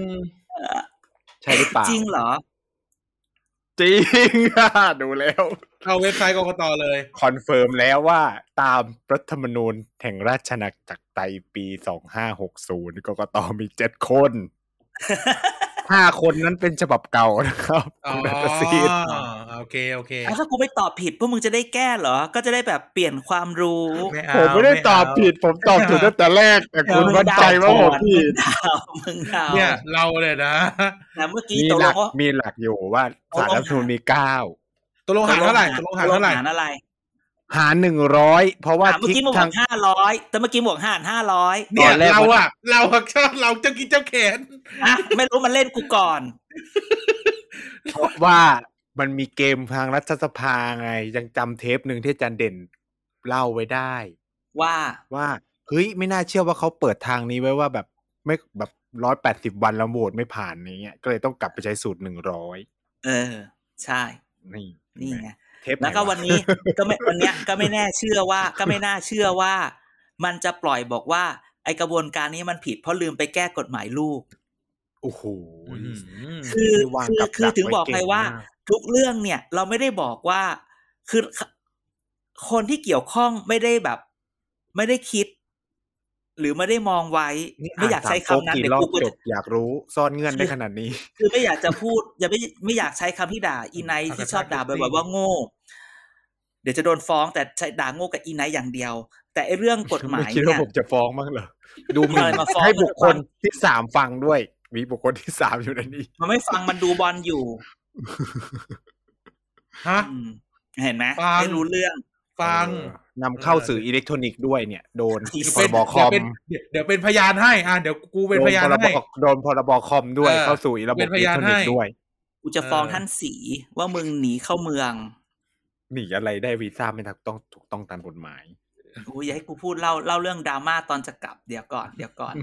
[SPEAKER 3] ใช่หรือเปล่า
[SPEAKER 1] จริงเหรอ
[SPEAKER 3] จริงอ่ะดูแล้ว
[SPEAKER 2] เข้าเว็บไซต์กกตเลย
[SPEAKER 3] คอนเฟิร์มแล้วว่าตามรัฐธรรมนูญแห่งราชอาณาจักรไทยปีสองห้าหกศูนย์กกตมีเจ็ด คนห้าคนนั้นเป็นฉบับเก่านะครับ
[SPEAKER 2] อ๋อ
[SPEAKER 3] คุณนัทซีด
[SPEAKER 2] โอเค โอเค
[SPEAKER 1] ถ้ากูไม่ตอบผิดพวกมึงจะได้แก้เหรอ ก็จะได้แบบเปลี่ยนความรู้
[SPEAKER 2] เา
[SPEAKER 3] ผมไม่ได้ตอบผิด ผมตอบถูกตั้งแต่แรก แต่คุณมั่นใจว่าผมผิด
[SPEAKER 1] ดาวมึงดาว
[SPEAKER 2] เนี่ย เราเลยนะ
[SPEAKER 1] แต่เมื่อกี้
[SPEAKER 3] มี
[SPEAKER 1] ตก
[SPEAKER 3] ห
[SPEAKER 1] ล
[SPEAKER 3] ลั
[SPEAKER 1] ง
[SPEAKER 3] ก
[SPEAKER 1] ว่า
[SPEAKER 3] มีหลักอยู่ว่าสารรัฐธรรมนูญมีเก้า
[SPEAKER 2] ตกลงหารเท่าไหร่ตกลงหารเท่าไหร่
[SPEAKER 1] ตกลงหารอะไร
[SPEAKER 3] หารหนึ่งร้อยเพราะว่า
[SPEAKER 1] อ่ะเมื่อ
[SPEAKER 3] ทิศ
[SPEAKER 1] กี้มึงบ
[SPEAKER 3] ทา
[SPEAKER 1] อง กห้าร้อยแต่เมื่อกี้บวกหารห้าร้อย
[SPEAKER 2] เนี่ย
[SPEAKER 3] ตอนแรก
[SPEAKER 2] เราอะเราอะชอบเราเจ้ากินเจ้าแขน
[SPEAKER 1] อ่ะไม่รู้มันเล่นกูก่อน
[SPEAKER 3] ว่ามันมีเกมทางรัฐสภาไง ยังจำเทปหนึ่งที่อาจันเด่นเล่าไว้ได้
[SPEAKER 1] ว่า
[SPEAKER 3] ว่าเฮ้ยไม่น่าเชื่อว่าเขาเปิดทางนี้ไว้ว่าแบบไม่แบบร้อยแปดสิบ180 วันแล้วโหวตไม่ผ่านนี้ยก็เลยต้องกลับไปใช้สูตรหนึ่งร้อย
[SPEAKER 1] เออ ใช่
[SPEAKER 3] นี่
[SPEAKER 1] นี่ไง
[SPEAKER 3] เทปไห
[SPEAKER 1] แล้วก็วันนี้ก็ไม่วันเนี้ยก็ไม่แน่เชื่อว่า ก็ไม่น่าเชื่อว่า มันจะปล่อยบอกว่า ไอกระบวนการนี้มันผิดเพราะลืมไปแก้กฎหมายลูก
[SPEAKER 3] โอ้โห
[SPEAKER 1] คือ
[SPEAKER 3] ไม่วาง
[SPEAKER 1] คือ
[SPEAKER 3] กับ
[SPEAKER 1] คือ
[SPEAKER 3] ดัก
[SPEAKER 1] ถึง
[SPEAKER 3] ไว้
[SPEAKER 1] บอกไป
[SPEAKER 3] เก่ง
[SPEAKER 1] ว่า
[SPEAKER 3] มาก
[SPEAKER 1] ทุกเรื่องเนี่ย เราไม่ได้บอกว่าคือคนที่เกี่ยวข้องไม่ได้แบบ ไม่ได้คิด หรือไม่ได้มองไว้ ไม่อยากใช้คำนั้น
[SPEAKER 3] กี่
[SPEAKER 1] เดี๋ย
[SPEAKER 3] รอ
[SPEAKER 1] ว
[SPEAKER 3] บ
[SPEAKER 1] กูก็
[SPEAKER 3] จ
[SPEAKER 1] จะ
[SPEAKER 3] บอยากรู้ซ่อนเงื่อนได้ขนาดนี้
[SPEAKER 1] คือไม่อยากจะพูดอย่าไม่ไม่อยากใช้คำที่ด่าอีไนท์
[SPEAKER 2] อ่ะ
[SPEAKER 1] ที่ชอบด่า
[SPEAKER 2] แต่ถ้า
[SPEAKER 1] บ่อยๆว่าโง่ เดี๋ยวจะโดนฟ้องแต่ใช้ด่าโง่กับอีไนท์อย่างเดียว แต่ไอเรื่องกฎหมาย
[SPEAKER 3] ไม่คิด
[SPEAKER 1] เนี่
[SPEAKER 3] ว่าย ผมจะฟ้องบ้างเหรอ ดูหมิ่น
[SPEAKER 1] อะไรมาฟ้อง
[SPEAKER 3] ให้บุคคลที่สามฟังด้วย มีบุคคลที่สามอยู่ในนี้
[SPEAKER 1] มันไม่ฟังมันดูบอลอยู่
[SPEAKER 2] ฮะ
[SPEAKER 1] อืมเห็นไหม
[SPEAKER 2] ฟัง
[SPEAKER 1] ไม่รู้เรื่อง
[SPEAKER 2] ฟัง
[SPEAKER 3] เออนำเข้าสื่ออิเล็กทรอนิกส์ด้วยเนี่ย โดน
[SPEAKER 1] อี
[SPEAKER 3] พ
[SPEAKER 1] เซ็
[SPEAKER 3] ร
[SPEAKER 1] น
[SPEAKER 3] บคอม
[SPEAKER 2] เดี๋ยวเป็นเดี๋ยวเป็นพยานให้ อ่ะเดี๋ยวกูเป็นพยาน
[SPEAKER 3] โดนพรบ
[SPEAKER 2] ให้
[SPEAKER 3] โดนพรบคอมด้วย
[SPEAKER 2] เออ
[SPEAKER 3] เข้าสู่ระบบ
[SPEAKER 2] เป็นพ
[SPEAKER 3] อิเล็ก
[SPEAKER 2] ยาน
[SPEAKER 3] ทรอ
[SPEAKER 2] ให้
[SPEAKER 3] นิกส์ด้วย
[SPEAKER 1] กูจะฟ้อง
[SPEAKER 2] เออ
[SPEAKER 1] ท่านสีว่ามึงหนีเข้าเมือง
[SPEAKER 3] หนีอะไรได้วีซ่าไม่ถูกต้องถูกต้องตามกฎหมาย
[SPEAKER 1] โอ้ยอย่าให้กูพูดเล่าเล่าเรื่องดราม่าตอนจะกลับเดี๋ยวก่อนเดี๋ยวก่อน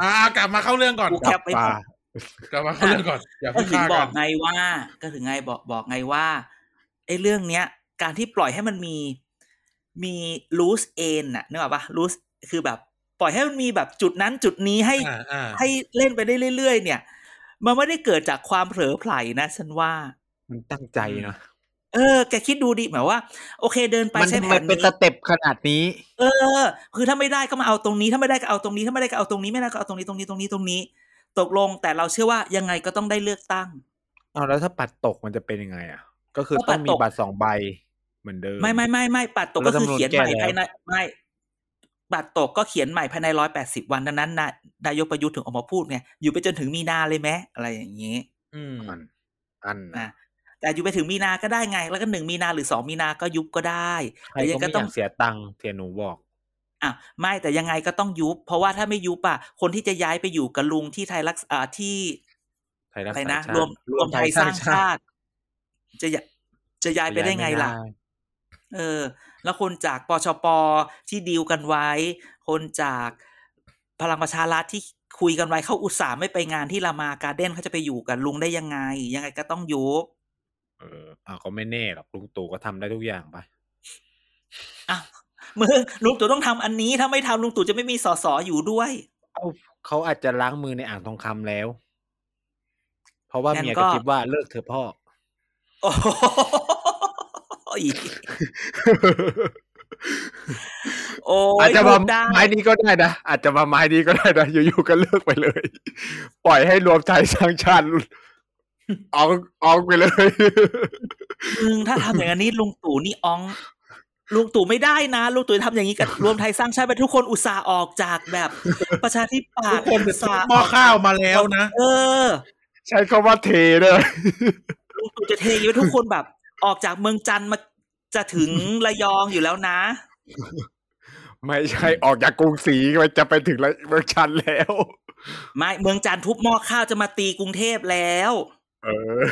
[SPEAKER 2] อ่ากลับมาเข้าเรื่องก่อน
[SPEAKER 1] กูแคปไว้ก่อน
[SPEAKER 2] กลับมาเข้าเรื่องก่อน อย่า
[SPEAKER 1] ก็
[SPEAKER 2] เพิ่ง
[SPEAKER 1] ถึง
[SPEAKER 2] ฆ่า
[SPEAKER 1] บอ
[SPEAKER 2] กั
[SPEAKER 1] ก
[SPEAKER 2] น
[SPEAKER 1] ไงว่า ก็ถึงไงบอกบอกไงว่าไอ้เรื่องเนี้ย การที่ปล่อยให้มันมีมี loose end น่ะนึกออกปะ loose คือแบบปล่อยให้มันมีแบบจุดนั้นจุดนี้ให้
[SPEAKER 2] อ่าอ่า
[SPEAKER 1] ให้เล่นไปได้เรื่อยๆเนี่ย มันไม่ได้เกิดจากความเผลอไผลนะฉันว่า
[SPEAKER 3] มันตั้งใจนะ
[SPEAKER 1] เออแกคิดดูดิหมายว่า โอเคเดินไป
[SPEAKER 3] มัน
[SPEAKER 1] ใช่
[SPEAKER 3] ทำ
[SPEAKER 1] แผ
[SPEAKER 3] ไม
[SPEAKER 1] น
[SPEAKER 3] เป็น
[SPEAKER 1] นี้
[SPEAKER 3] สเต็ปขนาดนี้
[SPEAKER 1] เออ คือถ้าไม่ได้ก็มาเอาตรงนี้ ถ้าไม่ได้ก็เอาตรงนี้ ถ้าไม่ได้ก็เอาตรงนี้ ไม่ได้ก็เอาตรงนี้ ตรงนี้ ตรงนี้ ตรงนี้ ตกลง แต่เราเชื่อว่ายังไงก็ต้องได้เลือกตั้ง
[SPEAKER 3] เอาแล้วถ้าปัดตกมันจะเป็นยังไงอ่ะ ก็คือ
[SPEAKER 1] ถ้าปั
[SPEAKER 3] ต้อ
[SPEAKER 1] ด
[SPEAKER 3] ง
[SPEAKER 1] ตก
[SPEAKER 3] มีบัตรสองใบเหมือนเดิม
[SPEAKER 1] ไม่ไม่ไม่ไม่ปัดตก
[SPEAKER 3] แล้
[SPEAKER 1] ก็
[SPEAKER 3] ว
[SPEAKER 1] คือ
[SPEAKER 3] จำนวน
[SPEAKER 1] เขียนใหม่
[SPEAKER 3] แก้แล้ว
[SPEAKER 1] ภายในไม่ปัดตกก็เขียนใหม่ภายในร้อยแปดสิบวันดังนั้นนายนายกประยุทธ์ถึงออกมาพูดไง อยู่ไปจนถึงมีนาเลยไหมอะไรอย่างนี้
[SPEAKER 2] อืม
[SPEAKER 3] อันอัน
[SPEAKER 1] นะ
[SPEAKER 3] นะ
[SPEAKER 1] แต่อยู่ไปถึงมีนาก็ได้ไง แล้วก็หนึ่งมีนาหรือสองมีนาก็ยุบก็ได้
[SPEAKER 3] ใคร
[SPEAKER 1] แต่ยั
[SPEAKER 3] ก็
[SPEAKER 1] ง
[SPEAKER 3] ไม่
[SPEAKER 1] ก็
[SPEAKER 3] อ
[SPEAKER 1] ต้อง
[SPEAKER 3] ยากเสียตังค์เทียหนูบอก
[SPEAKER 1] อ่ะไม่แต่ยังไงก็ต้องยุบ เพราะว่าถ้าไม่ยุบอ่ะคนที่จะย้ายไปอยู่กับลุงที่ไทยรักษอ่าที่
[SPEAKER 3] ไทยรัก
[SPEAKER 1] อะไร
[SPEAKER 3] ษา
[SPEAKER 1] นะ
[SPEAKER 3] ชาติ
[SPEAKER 1] รวมรวมไทยสร้างชาติ จะย้ายจะย้ายไปได้ไงล่ะ เออ แล้วคนจากปชปที่ดีลกันไว้ คนจากพลังประชารัฐที่คุยกันไว้เขาอุตส่าห์ไม่ไปงานที่รามาการ์เด้นเขาจะไปอยู่กับลุงได้ยังไง ยังไงก็ต้องยุบ
[SPEAKER 3] เอออ่ะก็ไม่แน่หรอกลุงตู่ก็ทำได้ทุกอย่างไป
[SPEAKER 1] อ้าวมึงลุงตู่ต้องทำอันนี้ ถ้าไม่ทำลุงตู่จะไม่มีสสอยู่ด้วย
[SPEAKER 3] เขาอาจจะล้างมือในอ่างทองคำแล้ว เพราะว่า
[SPEAKER 1] งั้น
[SPEAKER 3] เมีย
[SPEAKER 1] ก็
[SPEAKER 3] ก็คิดว่าเลิกเธอะพ่อ
[SPEAKER 1] โอ้โหโอ้ย
[SPEAKER 4] อาจจะมา
[SPEAKER 1] พูดได้
[SPEAKER 4] ไม้นี้ก็ได้นะอาจจะมาไม้นี้ก็ได้นะอยู่ๆก็เลิกไปเลย ปล่อยให้รวมไทยสร้างชาติออกออกไปเลย
[SPEAKER 1] มึงถ้าทำอย่างนี้ลุงตู่นี่อองลุงตู่ไม่ได้นะลุงตู่ทำอย่างนี้กับ รวมไทยสร้างชาติไปทุกคนอุตส่าห์ออกจากแบบ ประชาธิปัตย์
[SPEAKER 2] คน
[SPEAKER 1] อุตส่าห์
[SPEAKER 2] หม้อข้าวมาแล้วนะ
[SPEAKER 1] เออ
[SPEAKER 4] ใช้คำว่าเทเลย
[SPEAKER 1] ลุงตู่จะเทไปทุกคนแบบ ออกจากเมืองจันทร์มาจะถึงระยองอยู่แล้วนะ
[SPEAKER 4] ไม่ใช่ออกจากกรุงศรีมันจะไปถึงเมืองชันแล้ว
[SPEAKER 1] ไม่เมืองจันทร์ทุบหม้อข้าวจะมาตีกรุงเทพแล้ว
[SPEAKER 4] เออ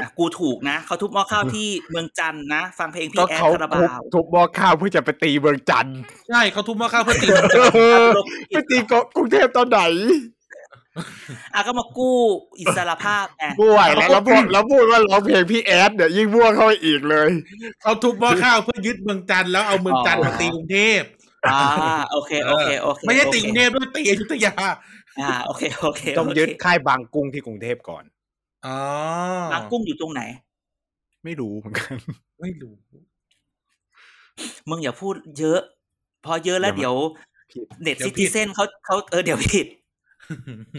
[SPEAKER 1] อ่ะกูถูกนะเขาทุบหม้อข้าวที่เมืองจันทร์นะฟังเพลง
[SPEAKER 4] ก็
[SPEAKER 1] พี่แอด
[SPEAKER 4] เขา
[SPEAKER 1] คาราบา
[SPEAKER 4] ทุบ
[SPEAKER 1] ว
[SPEAKER 4] ทุบหม้อข้าวเพื่อจะไปตีเมืองจันท ร์
[SPEAKER 2] ใช่เขาทุบหม้อข้าวเพื่อตี
[SPEAKER 4] เออไปตีกรุงเทพตอนไหน
[SPEAKER 1] อ่ะก็มากู้อิสรภาพไง
[SPEAKER 4] บ่วยแล้วแล้วพูดแล้วพูดว่าร้องเพลงพี่แอดเนี่ยยิ่งบ่วเข้าไปอีกเลย
[SPEAKER 2] เขาทุบหม้อข้าวเพื่อยึดเมืองจันทร์แล้วเอาเมืองจันทร์มาตีกรุงเทพ
[SPEAKER 1] อ่าโอเคโอเคโอเค
[SPEAKER 2] ไม่ใช่
[SPEAKER 1] โอเค
[SPEAKER 2] ตีกรุงเทพด้วยตีอยุธยา
[SPEAKER 1] อ่าโอเคโอเค
[SPEAKER 3] ต้อง
[SPEAKER 1] โเค
[SPEAKER 3] ยึดค่ายบางกุ้งที่กรุงเทพก่อน
[SPEAKER 2] อ๋อบ
[SPEAKER 1] างกุ้งอยู่ตรงไหน
[SPEAKER 3] ไม่รู้เหมือนกัน
[SPEAKER 2] ไม่รู้
[SPEAKER 1] มึงอย่าพูดเยอะ พอเยอะแล้ว
[SPEAKER 3] เดี๋
[SPEAKER 1] เดี๋
[SPEAKER 3] ย
[SPEAKER 1] ยวว
[SPEAKER 3] มัน
[SPEAKER 1] เน็ตซิติเซนเขาเขาเออเดี๋ยวผิด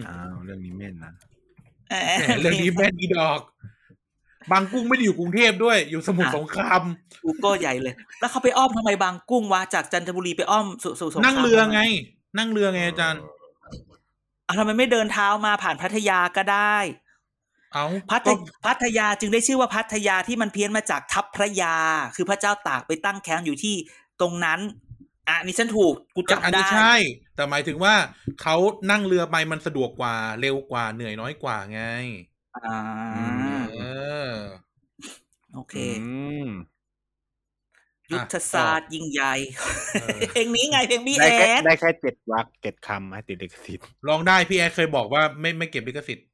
[SPEAKER 3] อ้าวเรื่องนี้แม่นนะ
[SPEAKER 1] แหม
[SPEAKER 2] แหมเรื่องนี้แม่นอีดอก บางกุ้งไม่ได้อยู่กรุงเทพด้วย อยู่สมุทรสงคราม
[SPEAKER 1] กูโก็ใหญ่เลย แล้วเขาไปอ้อมทำไมบางกุ้งวะจากจันทบุรีไปอ้อมสุสุสงคาม
[SPEAKER 2] นั่งเรือไง นั่งเรือไงอาจารย์
[SPEAKER 1] อ่ะทำไมไม่เดินเท้ามาผ่านพัทยาก็ได้
[SPEAKER 2] เอา
[SPEAKER 1] พัทพัทยาจึงได้ชื่อว่าพัทยาที่มันเพี้ยนมาจากทัพพระยา คือพระเจ้าตากไปตั้งแคมป์อยู่ที่ตรงนั้น อ่ะนี่ฉันถูกกู
[SPEAKER 2] ก็อัน
[SPEAKER 1] จำได้
[SPEAKER 2] นี้ใช่ แต่หมายถึงว่าเขานั่งเรือไปมันสะดวกกว่า เร็วกว่าเหนื่อยน้อยกว่าไง
[SPEAKER 1] อ่า
[SPEAKER 2] เออ
[SPEAKER 1] โอเค
[SPEAKER 3] ม
[SPEAKER 1] ยุทธศาสตร์ยิ่งใหญ่
[SPEAKER 2] เออ
[SPEAKER 1] เพลงนี้ไงเพลงพี่แอ
[SPEAKER 3] ได้แค่
[SPEAKER 1] ด
[SPEAKER 3] ได้แค่เจ็ดวรรคเจ็ดคำให้ติดลิขสิทธิ์
[SPEAKER 2] ลองได้พี่แอดเคยบอกว่าไม่ไม่เก็บลิขสิทธิ์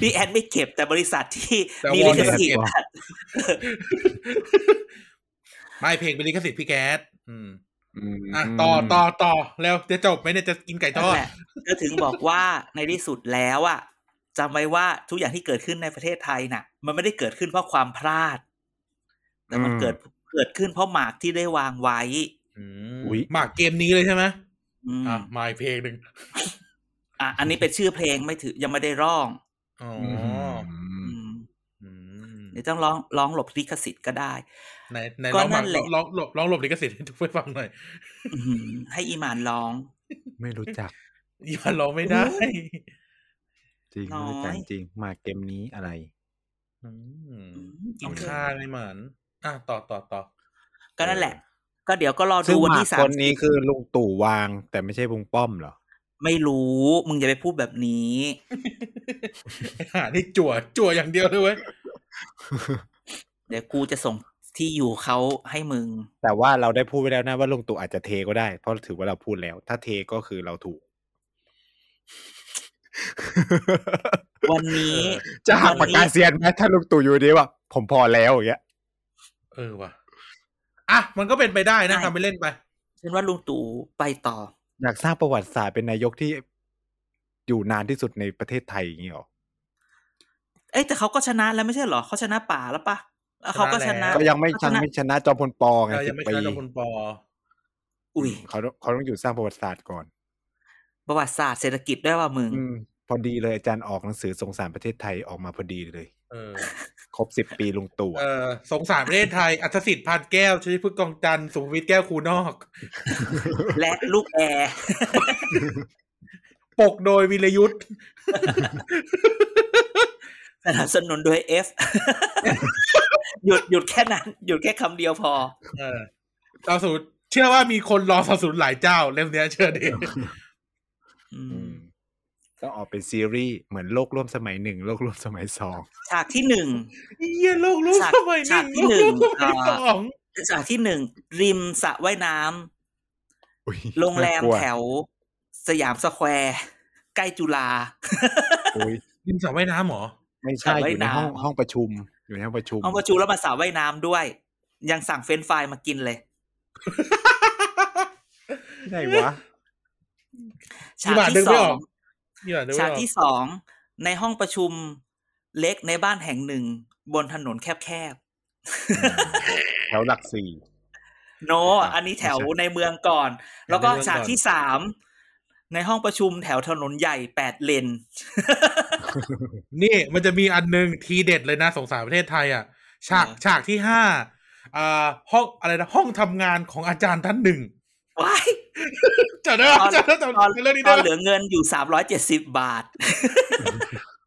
[SPEAKER 1] พี่แอดไม่เก็บแต่บริษัทที่
[SPEAKER 2] แต่
[SPEAKER 1] มี
[SPEAKER 2] วอ
[SPEAKER 1] ลิ
[SPEAKER 2] ร์เน
[SPEAKER 1] ข
[SPEAKER 2] อร์
[SPEAKER 1] สิท
[SPEAKER 2] เก็บ
[SPEAKER 1] ธิ์
[SPEAKER 2] ไม่เพลงเป็นลิขสิทธิ์พี่แก๊สอืมอ่ะต่อต่อต่อแล้วจะจบไหมเนี่ยจะกินไก่ท
[SPEAKER 1] นั่
[SPEAKER 2] อน ด
[SPEAKER 1] แหละก็ถึงบอกว่าในที่สุดแล้วอ่ะจำไว้ว่าทุกอย่างที่เกิดขึ้นในประเทศไทยน่ะ มันไม่ได้เกิดขึ้นเพราะความพลาด แต่มันเกิดเกิดขึ้นเพราะหมากที่ได้วางไว้
[SPEAKER 2] อืม
[SPEAKER 4] อุ๊ย
[SPEAKER 2] หมากเกมนี้เลยใช่ไหม
[SPEAKER 1] อืม
[SPEAKER 2] อ่ะมาอีกเพลงหนึ่ง
[SPEAKER 1] อ่ะอันนี้เป็นชื่อเพลงไม่ถือยังไม่ได้ร้อง
[SPEAKER 2] อ๋อ
[SPEAKER 3] อืม
[SPEAKER 1] อืม
[SPEAKER 2] อืม
[SPEAKER 1] เดี๋ยวต้องร้องร้องหลบลิขสิทธิ์ก็ได้
[SPEAKER 2] ไหนไหน
[SPEAKER 1] ก็
[SPEAKER 2] ลองห
[SPEAKER 1] นั่
[SPEAKER 2] มาก
[SPEAKER 1] นแหละ
[SPEAKER 2] ลองลองลองหลบลิขสิทธิ์ให้ทุกคนฟังหน่อย
[SPEAKER 1] อื้อหือให้อีหมานร้อง
[SPEAKER 3] ไม่รู้จัก
[SPEAKER 2] อย่าลองไม่ได้
[SPEAKER 3] จริงไม่รู้จักจริงมาเกมนี้อะไร
[SPEAKER 2] อืม
[SPEAKER 1] อืม
[SPEAKER 2] กินข้าวเลยเหมือนอ่ะต่อต่อต่อ
[SPEAKER 1] ก็นั่นแหละ ก็เดี๋ยวก็รอ
[SPEAKER 3] ซึ่
[SPEAKER 1] ดู
[SPEAKER 3] ง
[SPEAKER 1] วัน
[SPEAKER 3] หมา
[SPEAKER 1] ที่สา
[SPEAKER 3] ค
[SPEAKER 1] ม
[SPEAKER 3] นนี้คือลุงตู่วาง แต่ไม่ใช่ลุงป้อมเหรอ
[SPEAKER 1] ไม่รู้ มึงอย่าไปพูดแบบนี้
[SPEAKER 2] ไอ้ห่านี่จั่วจั่วอย่างเดียวเลยเว้ย
[SPEAKER 1] เดี๋ยวกูจะส่งที่อยู่เขาให้มึง
[SPEAKER 3] แต่ว่าเราได้พูดไปแล้วนะว่าลุงตู่อาจจะเทก็ได้ เพราะถือว่าเราพูดแล้ว ถ้าเทก็คือเราถูก
[SPEAKER 1] วันนี้
[SPEAKER 4] จะหักปากกาเซียนไหมถ้าลุงตู่อยู่ดีว่าผมพอแล้วอย่างเงี้ย
[SPEAKER 2] เออว่ะอ่ะมันก็เป็นไปได้นะ
[SPEAKER 1] ใช่
[SPEAKER 2] ทำไปเล่นไป
[SPEAKER 1] ฉันว่าลุงตู่ไปต่อ
[SPEAKER 3] อยากสร้างประวัติศาสตร์เป็นนายกที่อยู่นานที่สุดในประเทศไทยอย่างนี้เหรอ
[SPEAKER 1] เอ้ยแต่เขาก็ชนะแล้วไม่ใช่เหรอ เขาชนะป่าแล้วปะแล้วเขาก็ช
[SPEAKER 2] ช
[SPEAKER 1] นะ
[SPEAKER 2] นะแล้ว
[SPEAKER 3] ก็ยังไม่
[SPEAKER 1] ก็ช
[SPEAKER 3] ยัง
[SPEAKER 1] นะ
[SPEAKER 3] ไม่ชนะจอมพลปอไง
[SPEAKER 2] เรายั
[SPEAKER 3] สิ
[SPEAKER 2] ง
[SPEAKER 3] บ
[SPEAKER 2] ไม่
[SPEAKER 3] ปี
[SPEAKER 2] ใช่จอมพลปอ
[SPEAKER 1] อุ้ย
[SPEAKER 3] เขาต้องเขาต้องอยู่สร้างประวัติศาสตร์ก่อน
[SPEAKER 1] ประวัติศาสตร์เศรษฐกิจด้วยว่ามึง
[SPEAKER 3] อืม พอดีเลยอาจารย์ออกหนังสือสงสารประเทศไทยออกมาพอดีเลย
[SPEAKER 2] เออ
[SPEAKER 3] ครบสิบปีลุงตู่
[SPEAKER 2] เอ
[SPEAKER 3] อะ
[SPEAKER 2] อสงสารประเทศไทย อัศสิทธิ์พานแก้วชลิดพฤกษ์กองจันทร์สุภวิทย์แก้วคูนอก
[SPEAKER 1] และลูกแอร์
[SPEAKER 2] ปกโดยวิรยุทธ์
[SPEAKER 1] สนับสนุนโดยเอฟ หยุดหยุดแค่นั้น หยุดแค่คำเดียวพอ
[SPEAKER 2] เออสาวสูตรเชื่อว่ามีคนรอสาวสูตรหลายเจ้าเล่มเนี้ยเชื่อดิ
[SPEAKER 1] อืม
[SPEAKER 3] ต้องออกเป็นซีรีส์เหมือนโลกร่วมสมัยหนึ่งโลกร่วมสมัยสอง
[SPEAKER 1] ฉากที่หนึ่ง
[SPEAKER 2] เยี่ยโลกรู้
[SPEAKER 1] ฉาก
[SPEAKER 2] สมัยห
[SPEAKER 1] ฉา
[SPEAKER 2] นึ่ง
[SPEAKER 1] กที่หนึ่ง
[SPEAKER 2] โลกรู้สมัย
[SPEAKER 1] อ่า
[SPEAKER 2] สอง
[SPEAKER 1] ฉากที่หนึ่งริมสระว่ายน้ำ
[SPEAKER 3] อุ๊ย
[SPEAKER 1] โรงแร
[SPEAKER 3] น่า
[SPEAKER 1] ม
[SPEAKER 3] กลัว
[SPEAKER 1] แถว สยามสแควร์ ใกล้จุฬา
[SPEAKER 3] อุ๊ย
[SPEAKER 2] ริมสระว่ายน้ำเหรอ
[SPEAKER 3] ไม่ใช่
[SPEAKER 1] สระ
[SPEAKER 3] อ
[SPEAKER 1] ว่าย
[SPEAKER 3] ยู่ใน
[SPEAKER 1] น้ำ
[SPEAKER 3] ห้องห้องประชุม อยู่ในห้องประชุม
[SPEAKER 1] ห้องประชุมแล้วมาสระว่ายน้ำด้วย ยังสั่งเฟรนช์ฟรายมากินเลย
[SPEAKER 3] ที่ไหนวะ
[SPEAKER 1] ฉาก
[SPEAKER 2] บาทนึ
[SPEAKER 1] ที่
[SPEAKER 2] ก
[SPEAKER 1] ส
[SPEAKER 2] ไม่อ
[SPEAKER 1] อ
[SPEAKER 2] อง ก เยี่ยนึกไม่
[SPEAKER 1] ฉาก
[SPEAKER 2] ออก
[SPEAKER 1] ที่สองในห้องประชุมเล็กในบ้านแห่งหนึ่ง บนถนนแคบ
[SPEAKER 3] แถวหลักสี่
[SPEAKER 1] ๆ โน อันนี้แถวในเมืองก่อน แล้วก็ฉากที่สามในห้องประชุมแถวถนนใหญ่แปดเลน
[SPEAKER 2] นี่มันจะมีอันหนึงทีเด็ดเลยนะสงสารประเทศไทยอ่ะ ฉาก
[SPEAKER 1] อ่า
[SPEAKER 2] ฉากที่ห้าอ่าห้องอะไรนะห้องทำงานของอาจารย์ท่านหนึ่ง
[SPEAKER 1] ว้าย
[SPEAKER 2] จำได้ไหม
[SPEAKER 1] ตอน
[SPEAKER 2] จำได้จำ
[SPEAKER 1] ตอน
[SPEAKER 2] จำเรื่องนี้
[SPEAKER 1] ต
[SPEAKER 2] ได้
[SPEAKER 1] อน
[SPEAKER 2] ไหม
[SPEAKER 1] เหลือเงินอยู่สามร้อยเจ็ดสิบบาท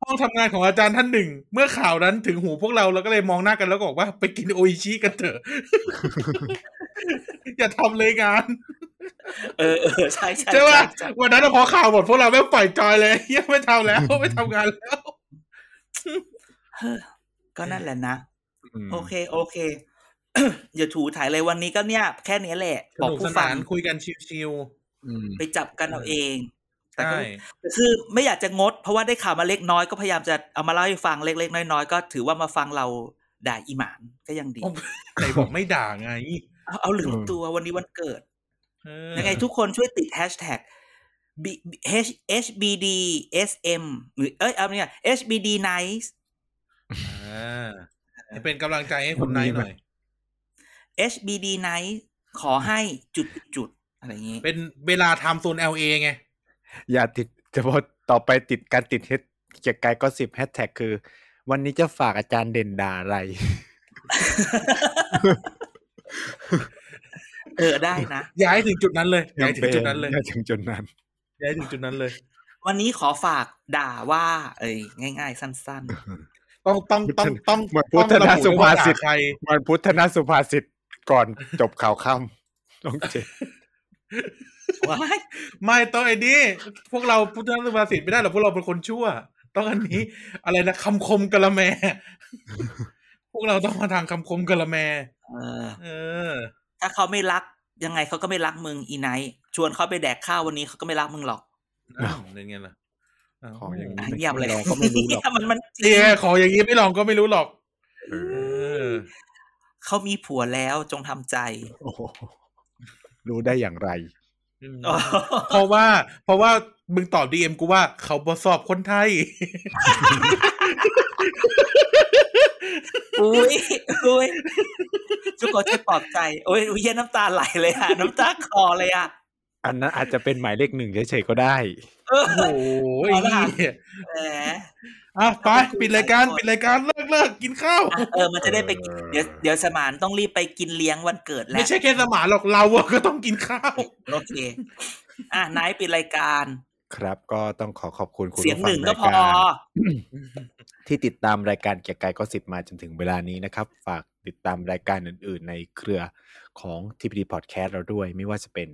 [SPEAKER 2] ห้องทำงานของอาจารย์ท่านหนึ่ง เมื่อข่าวนั้นถึงหูพวกเราเราก็เลยมองหน้ากันแล้วก็บอกว่าไปกินโออิชิกันเถอะ อย่าทำเลยงาน
[SPEAKER 1] เออเออใช่ใช่
[SPEAKER 2] ใช่ป่ะ
[SPEAKER 1] ใช่
[SPEAKER 2] วันนั้นพอข่าวหมดพวกเราไม่ปล่อยจอยเลยเหี้ยังไม่ทำแล้ว ไม่ทำงานแล้ว
[SPEAKER 1] เฮ้อก็นั่นแหละนะ
[SPEAKER 3] อืม
[SPEAKER 1] โอเค โอเค อย่าถูถ่ายเลยวันนี้ก็เนี่ย แค่นี้แหละ
[SPEAKER 2] ส
[SPEAKER 1] บอก
[SPEAKER 2] นุกส
[SPEAKER 1] ผู้
[SPEAKER 2] นา
[SPEAKER 1] ฟัง
[SPEAKER 2] นคุยกันชิว
[SPEAKER 3] อืม
[SPEAKER 1] ไปจับกันเอาเอง
[SPEAKER 2] ๆ
[SPEAKER 1] แต่
[SPEAKER 2] ใช่
[SPEAKER 1] ก็คือไม่อยากจะงด เพราะว่าได้ข่าวมาเล็กน้อยก็พยายามจะเอามาเล่าให้ฟังเล็กๆน้อยๆก็ถือว่ามาฟังเราด่าอีหมานก็ยังดี
[SPEAKER 2] ไหนบอกไม่ด่าไง
[SPEAKER 1] เอาเอาลืมตัววันนี้วันเกิด
[SPEAKER 2] เออ
[SPEAKER 1] ยังไงทุกคนช่วยติดแฮชแท็ก H HBD SM หรือเอ้ยเอาเนี่ย HBD Nice
[SPEAKER 2] อ่าให้เป็นกำลังใจให้คุณไนท์หน่อย
[SPEAKER 1] HBD Nice ขอให้จุดจุดๆอะไรอย่างงี้
[SPEAKER 2] เป็นเวลาไทำโซน LA ไง
[SPEAKER 3] อย่าติดจะพอต่อไปติดการติดเฮดเกียร์กายก็สิบแฮชแท็กคือ วันนี้จะฝากอาจารย์เด่นด่าอะไร
[SPEAKER 1] เออได้นะ
[SPEAKER 2] ย้ายถึงจุดนั้นเลย ย้ายถึงจุดนั้นเลย
[SPEAKER 3] อย่าถึงจุดนั้น
[SPEAKER 2] ย้ายถึงจุดนั้นเลย
[SPEAKER 1] วันนี้ขอฝากด่าว่า เอ้ยง่าย ๆ สั้น
[SPEAKER 2] ต้องต้องต้องต้อง
[SPEAKER 3] เหมือนพุ
[SPEAKER 2] ต้
[SPEAKER 3] ท
[SPEAKER 2] อง
[SPEAKER 3] ธนาสุภาษิต
[SPEAKER 2] ระบุด้วยว่ด่ใคร
[SPEAKER 3] มันพุทธนาสุภาษิตก่อนจบข่าวค่ำต้องเจ็บ
[SPEAKER 1] ๆ ว้าย
[SPEAKER 2] ไม่ต้องไอ้นี่พวกเราพุทธสุภาษิตไม่ได้หรอกพวกเราเป็นคนชั่ว ต้องอันนี้ อะไรนะคำคมกะละ แม พวกเราต้องมาทางคำคมกะละแม
[SPEAKER 1] เออ
[SPEAKER 2] เออ
[SPEAKER 1] ถ้าเขาไม่รัก ยังไงเขาก็ไม่รักมึงอีไนท์ชวนเขาไปแดกข้าววันนี้เขาก็ไม่รักมึงหรอก
[SPEAKER 2] อ้าวเป็นไงล่ะาว
[SPEAKER 3] ของอย่าง
[SPEAKER 1] อ่ะ
[SPEAKER 3] นี้
[SPEAKER 1] เงียบเลย
[SPEAKER 3] ราก็ไม่รู้หรอก
[SPEAKER 1] มันมันจริ
[SPEAKER 2] เนี่
[SPEAKER 1] ง
[SPEAKER 2] ยของอย่างนี้ไม่ลองก็ไม่รู้หรอก
[SPEAKER 3] เอ
[SPEAKER 2] เออ
[SPEAKER 1] เขามีผัวแล้วจงทำใจ
[SPEAKER 3] โอ้โหรู้ได้อย่างไร
[SPEAKER 2] เพราะว่า เพราะว่ามึงตอบดีเอ็มกูว่าเขาบอสอบคนไทย
[SPEAKER 1] อุ้ยอุ้ยทุกคนช่วยปลอบใจโอ้ยอุ้ยเหี้ยน้ำตาไหลเลยอ่ะ น้ำตาคลอเลยอ่ะ
[SPEAKER 3] อันนั้นอาจจะเป็นหมายเลขหนึ่งเฉยๆก็ได้
[SPEAKER 1] เออ
[SPEAKER 2] โอ้โหไอ้
[SPEAKER 1] เอาละ
[SPEAKER 2] เหี้ย
[SPEAKER 1] แหม
[SPEAKER 2] อ่ะไปปิดรายการปิดรายการเลิกเลิกกินข้าว
[SPEAKER 1] อ่ะเออ มันจะได้ไปกิน
[SPEAKER 3] เออ
[SPEAKER 1] เดี๋ยวเดี๋ยวสมานต้องรีบไปกินเลี้ยงวันเกิดแล้ว
[SPEAKER 2] ไม่ใช่แค่สมานหรอกเราอะก็ต้องกินข้าว
[SPEAKER 1] โอเค อ่ะนายปิดรายการ
[SPEAKER 3] ครับ ก็ต้องขอขอบคุณคุณ
[SPEAKER 1] เสียง
[SPEAKER 3] ผู้
[SPEAKER 1] ห
[SPEAKER 3] ฟั
[SPEAKER 1] นึ่งก็
[SPEAKER 3] ราย
[SPEAKER 1] พอ
[SPEAKER 3] การ ที่ติดตามรายการเกียร์กายก็สิบมาจนถึงเวลานี้นะครับ ฝากติดตามรายการอื่นๆ ในเครือของ TPD Podcast เราด้วย ไม่ว่าจะเป็น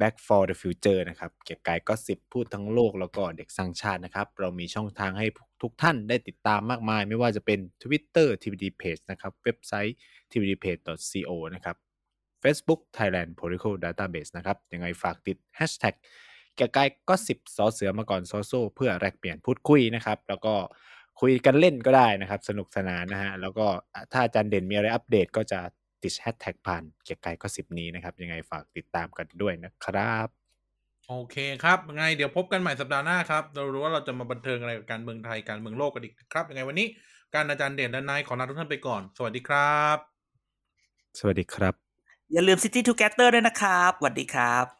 [SPEAKER 3] Back for the Future นะครับเกียร์กายก็สิบพูดทั้งโลกแล้วก็เด็กสร้างชาตินะครับ เรามีช่องทางให้ทุกท่านได้ติดตามมากมาย ไม่ว่าจะเป็น Twitter TPD Page นะครับ เว็บไซต์ TPD Page co นะครับ Facebook Thailand Political Database นะครับ ยังไงฝากติด Hashtag แก่กายก็สิบซอเสือมาก่อนซอโซ่ เพื่อแลกเปลี่ยนพูดคุยนะครับ แล้วก็คุยกันเล่นก็ได้นะครับ สนุกสนานนะฮะ แล้วก็ถ้าอาจารย์เด่นมีอะไรอัปเดตก็จะติดแฮชแท็กผ่านเกียร์กายก็สิบนี้นะครับ ยังไงฝากติดตามกันด้วยนะครับ
[SPEAKER 2] โอเคครับยังไงเดี๋ยวพบกันใหม่สัปดาห์หน้าครับ เรารู้ว่าเราจะมาบันเทิงอะไรกับการเมืองไทยการเมืองโลกกันอีกนะครับยังไงวันนี้การอาจารย์เด่นและนายขอลาทุกท่านไปก่อน สวัสดีครับ
[SPEAKER 3] สวัสดีครับ
[SPEAKER 1] อย่าลืม City Together ด้วยนะครับสวัสดีครับ